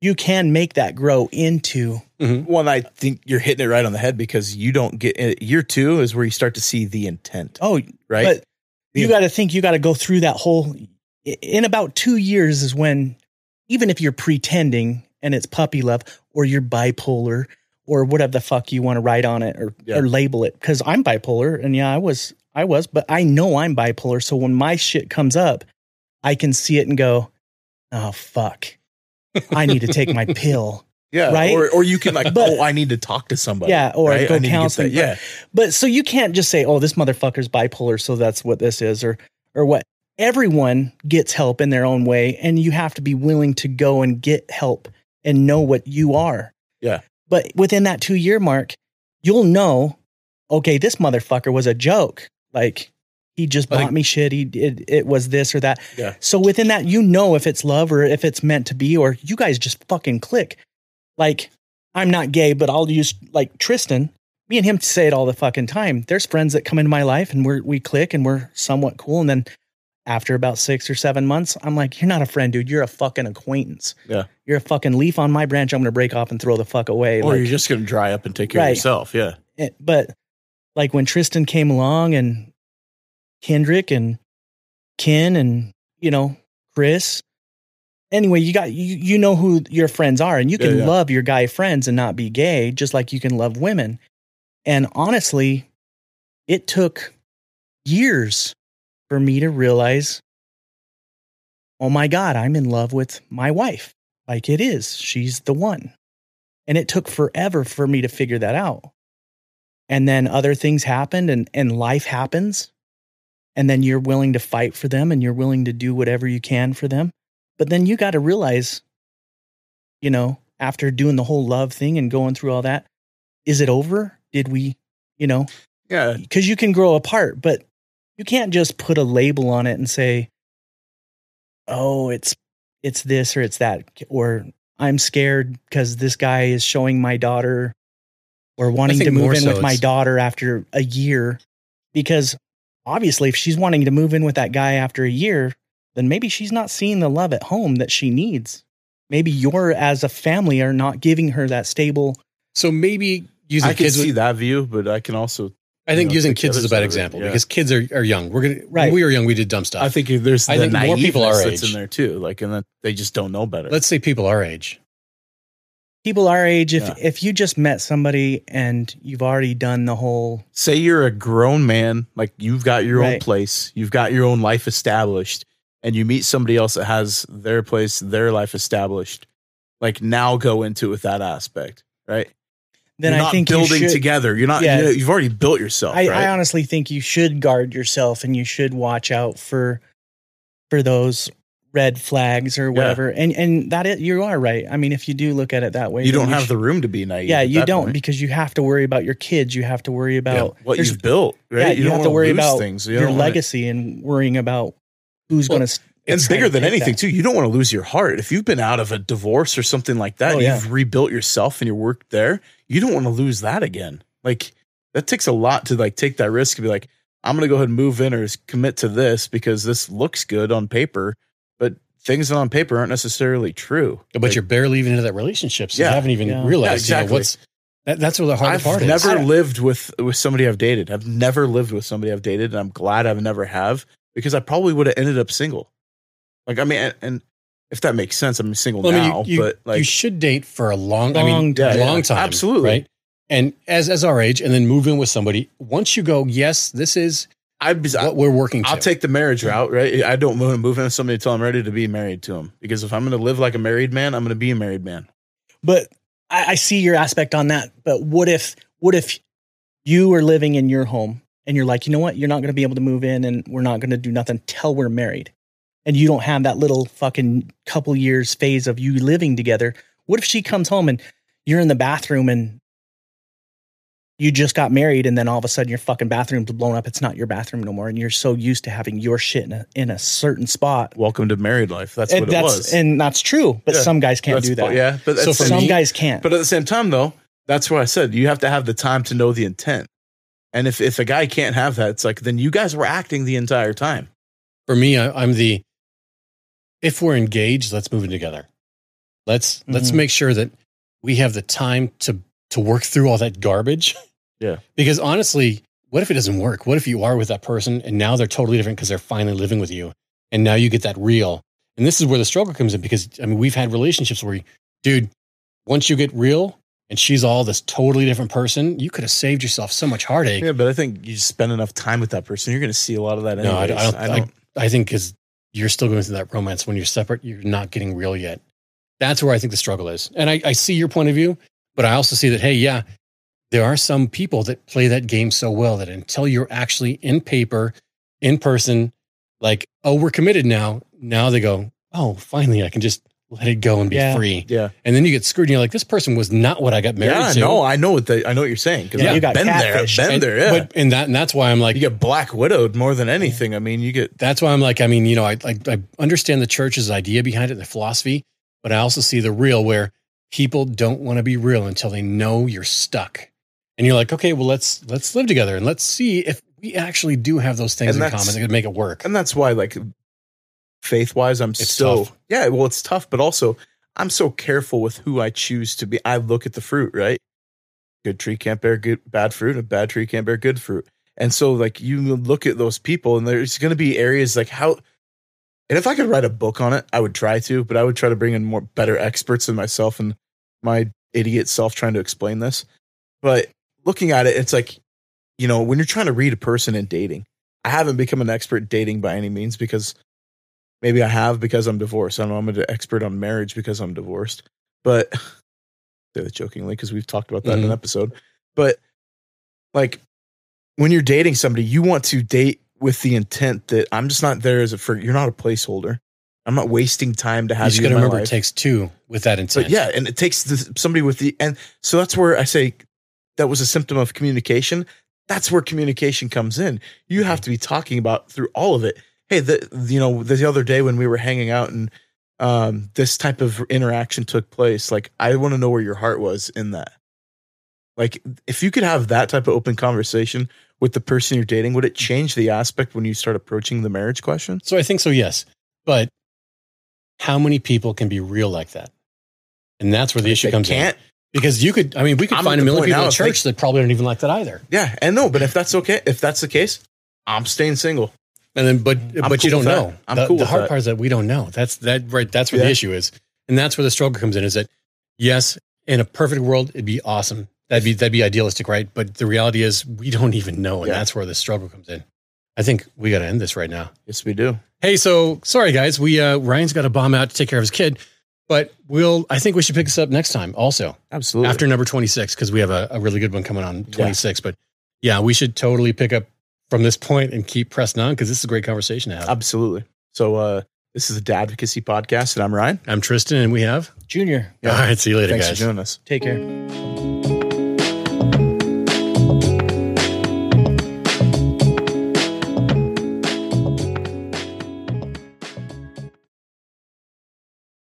C: you can make that grow into.
B: Mm-hmm.
A: one, I think you're hitting it right on the head because you don't get it. Year two is where you start to see the intent,
C: Oh,
A: right?
C: but you
A: Yeah.
C: got to think, you got to go through that whole, i- in about two years is when, even if you're pretending and it's puppy love or you're bipolar or whatever the fuck you want to write on it or,
A: Yeah.
C: or label it, because I'm bipolar and yeah, I was, I was, but I know I'm bipolar. So when my shit comes up, I can see it and go, oh, fuck. I need to take my pill.
A: yeah,
C: right?
A: Or, or you can like,
C: But-
A: oh, I need to talk to somebody.
C: Yeah, or
A: right?
C: go
A: I need to get
C: counseling,
A: that. Yeah,
C: But so you can't just say, "Oh, this motherfucker's bipolar, so that's what this is," or or what. Everyone gets help in their own way, and you have to be willing to go and get help and know what you are.
A: Yeah.
C: But within that two year mark, you'll know, okay, this motherfucker was a joke. Like he just
B: I
C: bought
B: think-
C: me shit. He it, it was this or that.
A: Yeah.
C: So within that, you know if it's love or if it's meant to be, or you guys just fucking click. Like I'm not gay, but I'll use like Tristan. Me and him say it all the fucking time. There's friends that come into my life and we're we click and we're somewhat cool. And then after about six or seven months, I'm like, you're not a friend, dude. You're a fucking acquaintance.
A: Yeah.
C: You're a fucking leaf on my branch. I'm gonna break off and throw the fuck away.
A: or
C: Like,
A: you're just gonna dry up and take care
C: Right.
A: of yourself. Yeah,
C: it- Eh, but like when Tristan came along and Kendrick and Ken and you know Chris. Anyway, you got you you know who your friends are, and you
A: Yeah,
C: can
A: yeah.
C: love your guy friends and not be gay, just like you can love women. And honestly, it took years for me to realize, oh my god, I'm in love with my wife. Like it is, she's the one. And it took forever for me to figure that out and then other things happened and, and life happens and then you're willing to fight for them and you're willing to do whatever you can for them but then you got to realize you know after doing the whole love thing and going through all that is it over did we you know
A: yeah.
C: because you can grow apart but you can't just put a label on it and say oh it's it's this or it's that or i'm scared because this guy is showing my daughter or wanting
B: think
C: to
B: more
C: move in
B: so
C: with my
B: it's-
C: daughter after a year because obviously if she's wanting to move in with that guy after a year then maybe she's not seeing the love at home that she needs maybe you're as a family are not giving her that stable
B: so maybe using
A: I can
B: kids with-
A: see that view, but I can also.
B: I think
A: you know,
B: using
A: take the
B: kids
A: other
B: is a
A: side of
B: bad
A: it,
B: example
A: yeah.
B: because kids are, are young. We're gonna right.
C: Right.
B: when we were young, we did dumb stuff.
A: I think there's.
B: I
A: the
B: think more people
A: naiveness
B: our
A: that's
B: age.
A: in there too. Like, and then they just don't know better.
B: let's say people our age.
C: people our age if
A: Yeah.
C: if you just met somebody and you've already done the whole
A: say you're a grown man, like you've got your own
C: Right.
A: place, you've got your own life established, and you meet somebody else that has their place, their life established. Like now, go into it with that aspect, right?
C: then
A: you're
C: I
A: not
C: think
A: building
C: you should,
A: together. You're not.
C: Yeah.
A: You have already built yourself.
C: I,
A: right?
C: I honestly think you should guard yourself and you should watch out for for those red flags or whatever. And and that it, you are right. I mean, if you do look at it that way,
A: You
C: then
A: don't have
C: should-
A: the room to be naive.
C: yeah,
A: at
C: you
A: that
C: don't
A: point.
C: because you have to worry about your kids. You have to worry
A: Yeah,
C: about
A: what
C: there's-
A: you've built, right?
C: yeah, you,
A: don't
C: have to
A: wanna
C: worry
A: lose
C: about
A: You
C: your
A: don't wanna-
C: legacy and worrying about who's
A: Well,
C: going to.
A: and bigger than anything too you don't want to lose your heart if you've been out of a divorce or something like that
C: Oh,
A: and
C: yeah.
A: you've rebuilt yourself and your work there you don't want to lose that again like that takes a lot to like take that risk and be like i'm going to go ahead and move in or s- commit to this because this looks good on paper but things on paper aren't necessarily true
B: But
A: Like,
B: you're barely even into that relationship, so
A: Yeah.
B: you haven't even
C: Yeah.
B: realized
A: Yeah,
B: you know,
A: exactly.
B: what's that, that's where the hard
A: I've
B: part is.
A: never lived with with somebody I've dated. I've never lived with somebody I've dated, and I'm glad I've never have because I probably would have ended up single. Like I mean, and, and if that makes sense, I'm single
B: Well, I mean,
A: now,
B: you, you-
A: but like
B: you should date for a long, I mean,
C: Long
A: time.
B: long
A: Yeah,
B: time,
A: absolutely.
B: right? And as as our age, and then move in with somebody. Once you go, yes, this is
A: I'd be,
B: what we're working. To.
A: I'll take the marriage route, right? I don't want to move in with somebody until I'm ready to be married to them. Because if I'm going to live like a married man, I'm going to be a married man.
C: But I, I see your aspect on that. But what if what if you are living in your home and you're like, you know what, you're not going to be able to move in, and we're not going to do nothing till we're married, and you don't have that little fucking couple years phase of you living together. What if she comes home and you're in the bathroom and you just got married and then all of a sudden your fucking bathroom's blown up it's not your bathroom no more and you're so used to having your shit in a, in a certain spot
A: Welcome to married life. That's
C: and
A: what
C: that's
A: it was.
C: and that's true but
A: Yeah.
C: some guys can't
A: That's
C: do that
A: fu- Yeah, but
B: So
A: that's-
B: for
C: some
B: me-
C: guys can't
A: But at the same time, though, that's where I said you have to have the time to know the intent. And if if a guy can't have that, it's like then you guys were acting the entire time.
B: for me. I, I'm the if we're engaged, let's move in together. Let's let's
C: Mhm.
B: make sure that we have the time to to work through all that garbage.
A: Yeah.
B: Because honestly, what if it doesn't work? What if you are with that person and now they're totally different because they're finally living with you, and now you get that real. And this is where the struggle comes in because I mean we've had relationships where, you, dude, once you get real and she's all this totally different person, you could have saved yourself so much heartache.
A: Yeah, but I think you spend enough time with that person, you're going to see a lot of that.
B: No, I
A: Anyways.
B: don't- I don't- I- I think because you're still going through that romance when you're separate, you're not getting real yet. That's where I think the struggle is. And I, I see your point of view, but I also see that, hey, yeah, there are some people that play that game so well that until you're actually in paper, in person, like, oh, we're committed now, now they go, oh, finally, I can just let it go and be
C: Yeah.
B: free.
A: yeah,
B: And then you get screwed and you're like, this person was not what I got married
A: yeah,
B: to.
A: no, I know what the, I know what you're saying because
B: Yeah,
A: I've
C: you got
A: been there, I've
C: catfished.
A: been
B: and,
A: there. Yeah,
B: But, and, that, and that's why I'm like,
A: you get black widowed more than anything. I mean, you get
B: that's why I'm like, I mean, you know, I, I, I understand the church's idea behind it, the philosophy, but I also see the real where people don't want to be real until they know you're stuck. And you're like, okay, well, let's let's live together and let's see if we actually do have those things
A: And
B: in
A: that's-
B: common that could make it work.
A: and that's why like faith wise i'm
B: It's
A: so
B: tough.
A: yeah well it's tough but also i'm so careful with who i choose to be i look at the fruit right good tree can't bear good bad fruit and bad tree can't bear good fruit and so like you look at those people and there's going to be areas like how and if i could write a book on it i would try to but i would try to bring in more better experts than myself and my idiot self trying to explain this but looking at it it's like you know when you're trying to read a person in dating I haven't become an expert dating by any means because maybe I have because I'm divorced. I don't know. I'm an expert on marriage because I'm divorced, but say that jokingly because we've talked about that in an
B: Mhm.
A: episode. But like when you're dating somebody, you want to date with the intent that I'm just not there as a for you're not a placeholder. I'm not wasting time to
B: You
A: have
B: just
A: you,
B: got
A: in
B: to
A: my
B: remember
A: life.
B: it takes two with that
A: So
B: intent.
A: yeah, and it takes the, somebody with the and so that's where I say that was a symptom of communication. That's where communication comes in.
B: Mm-hmm.
A: You have to be talking about through all of it. Hey, the you know the other day when we were hanging out and um, this type of interaction took place, like I want to know where your heart was in that. Like if you could have that type of open conversation with the person you're dating, would it
B: Mm-hmm.
A: change the aspect when you start approaching the marriage question?
B: So I think so, yes. But how many people can be real like that? And that's where the issue
A: They
B: comes in.
A: can't.
B: Because you could, I mean, we could
A: I'm at
B: find a
A: the
B: million
A: point
B: people
A: now
B: in
A: if they-
B: church that probably don't even like that either.
A: Yeah, and no, but if that's okay, if that's the case, I'm staying single.
B: And then, but but
A: cool
B: you don't
A: with that.
B: know.
A: I'm
B: the,
A: cool
B: The
A: with
B: hard
A: that.
B: part is that we don't know. That's that right. That's where
A: Yeah.
B: the issue is, and that's where the struggle comes in. Is that yes, in a perfect world, it'd be awesome. That'd be that'd be idealistic, right? But the reality is, we don't even know, and
A: Yeah.
B: that's where the struggle comes in. I think we got to end this right now.
A: Yes, we do.
B: Hey, so sorry guys, we uh, Ryan's got a bomb out to take care of his kid, but we'll. I think we should pick this up next time. Also,
A: Absolutely.
B: after number 26 because we have a, a really good one coming on 26 but yeah we should totally pick up from this point and keep pressing on because this is a great conversation to have
A: Absolutely. So uh This is the Advocacy Podcast, and I'm Ryan.
B: I'm Tristan, and we have.
C: Junior,
A: Yeah.
B: All right, see you later,
A: Thanks
B: guys.
A: for joining us.
C: take care.
A: Bye.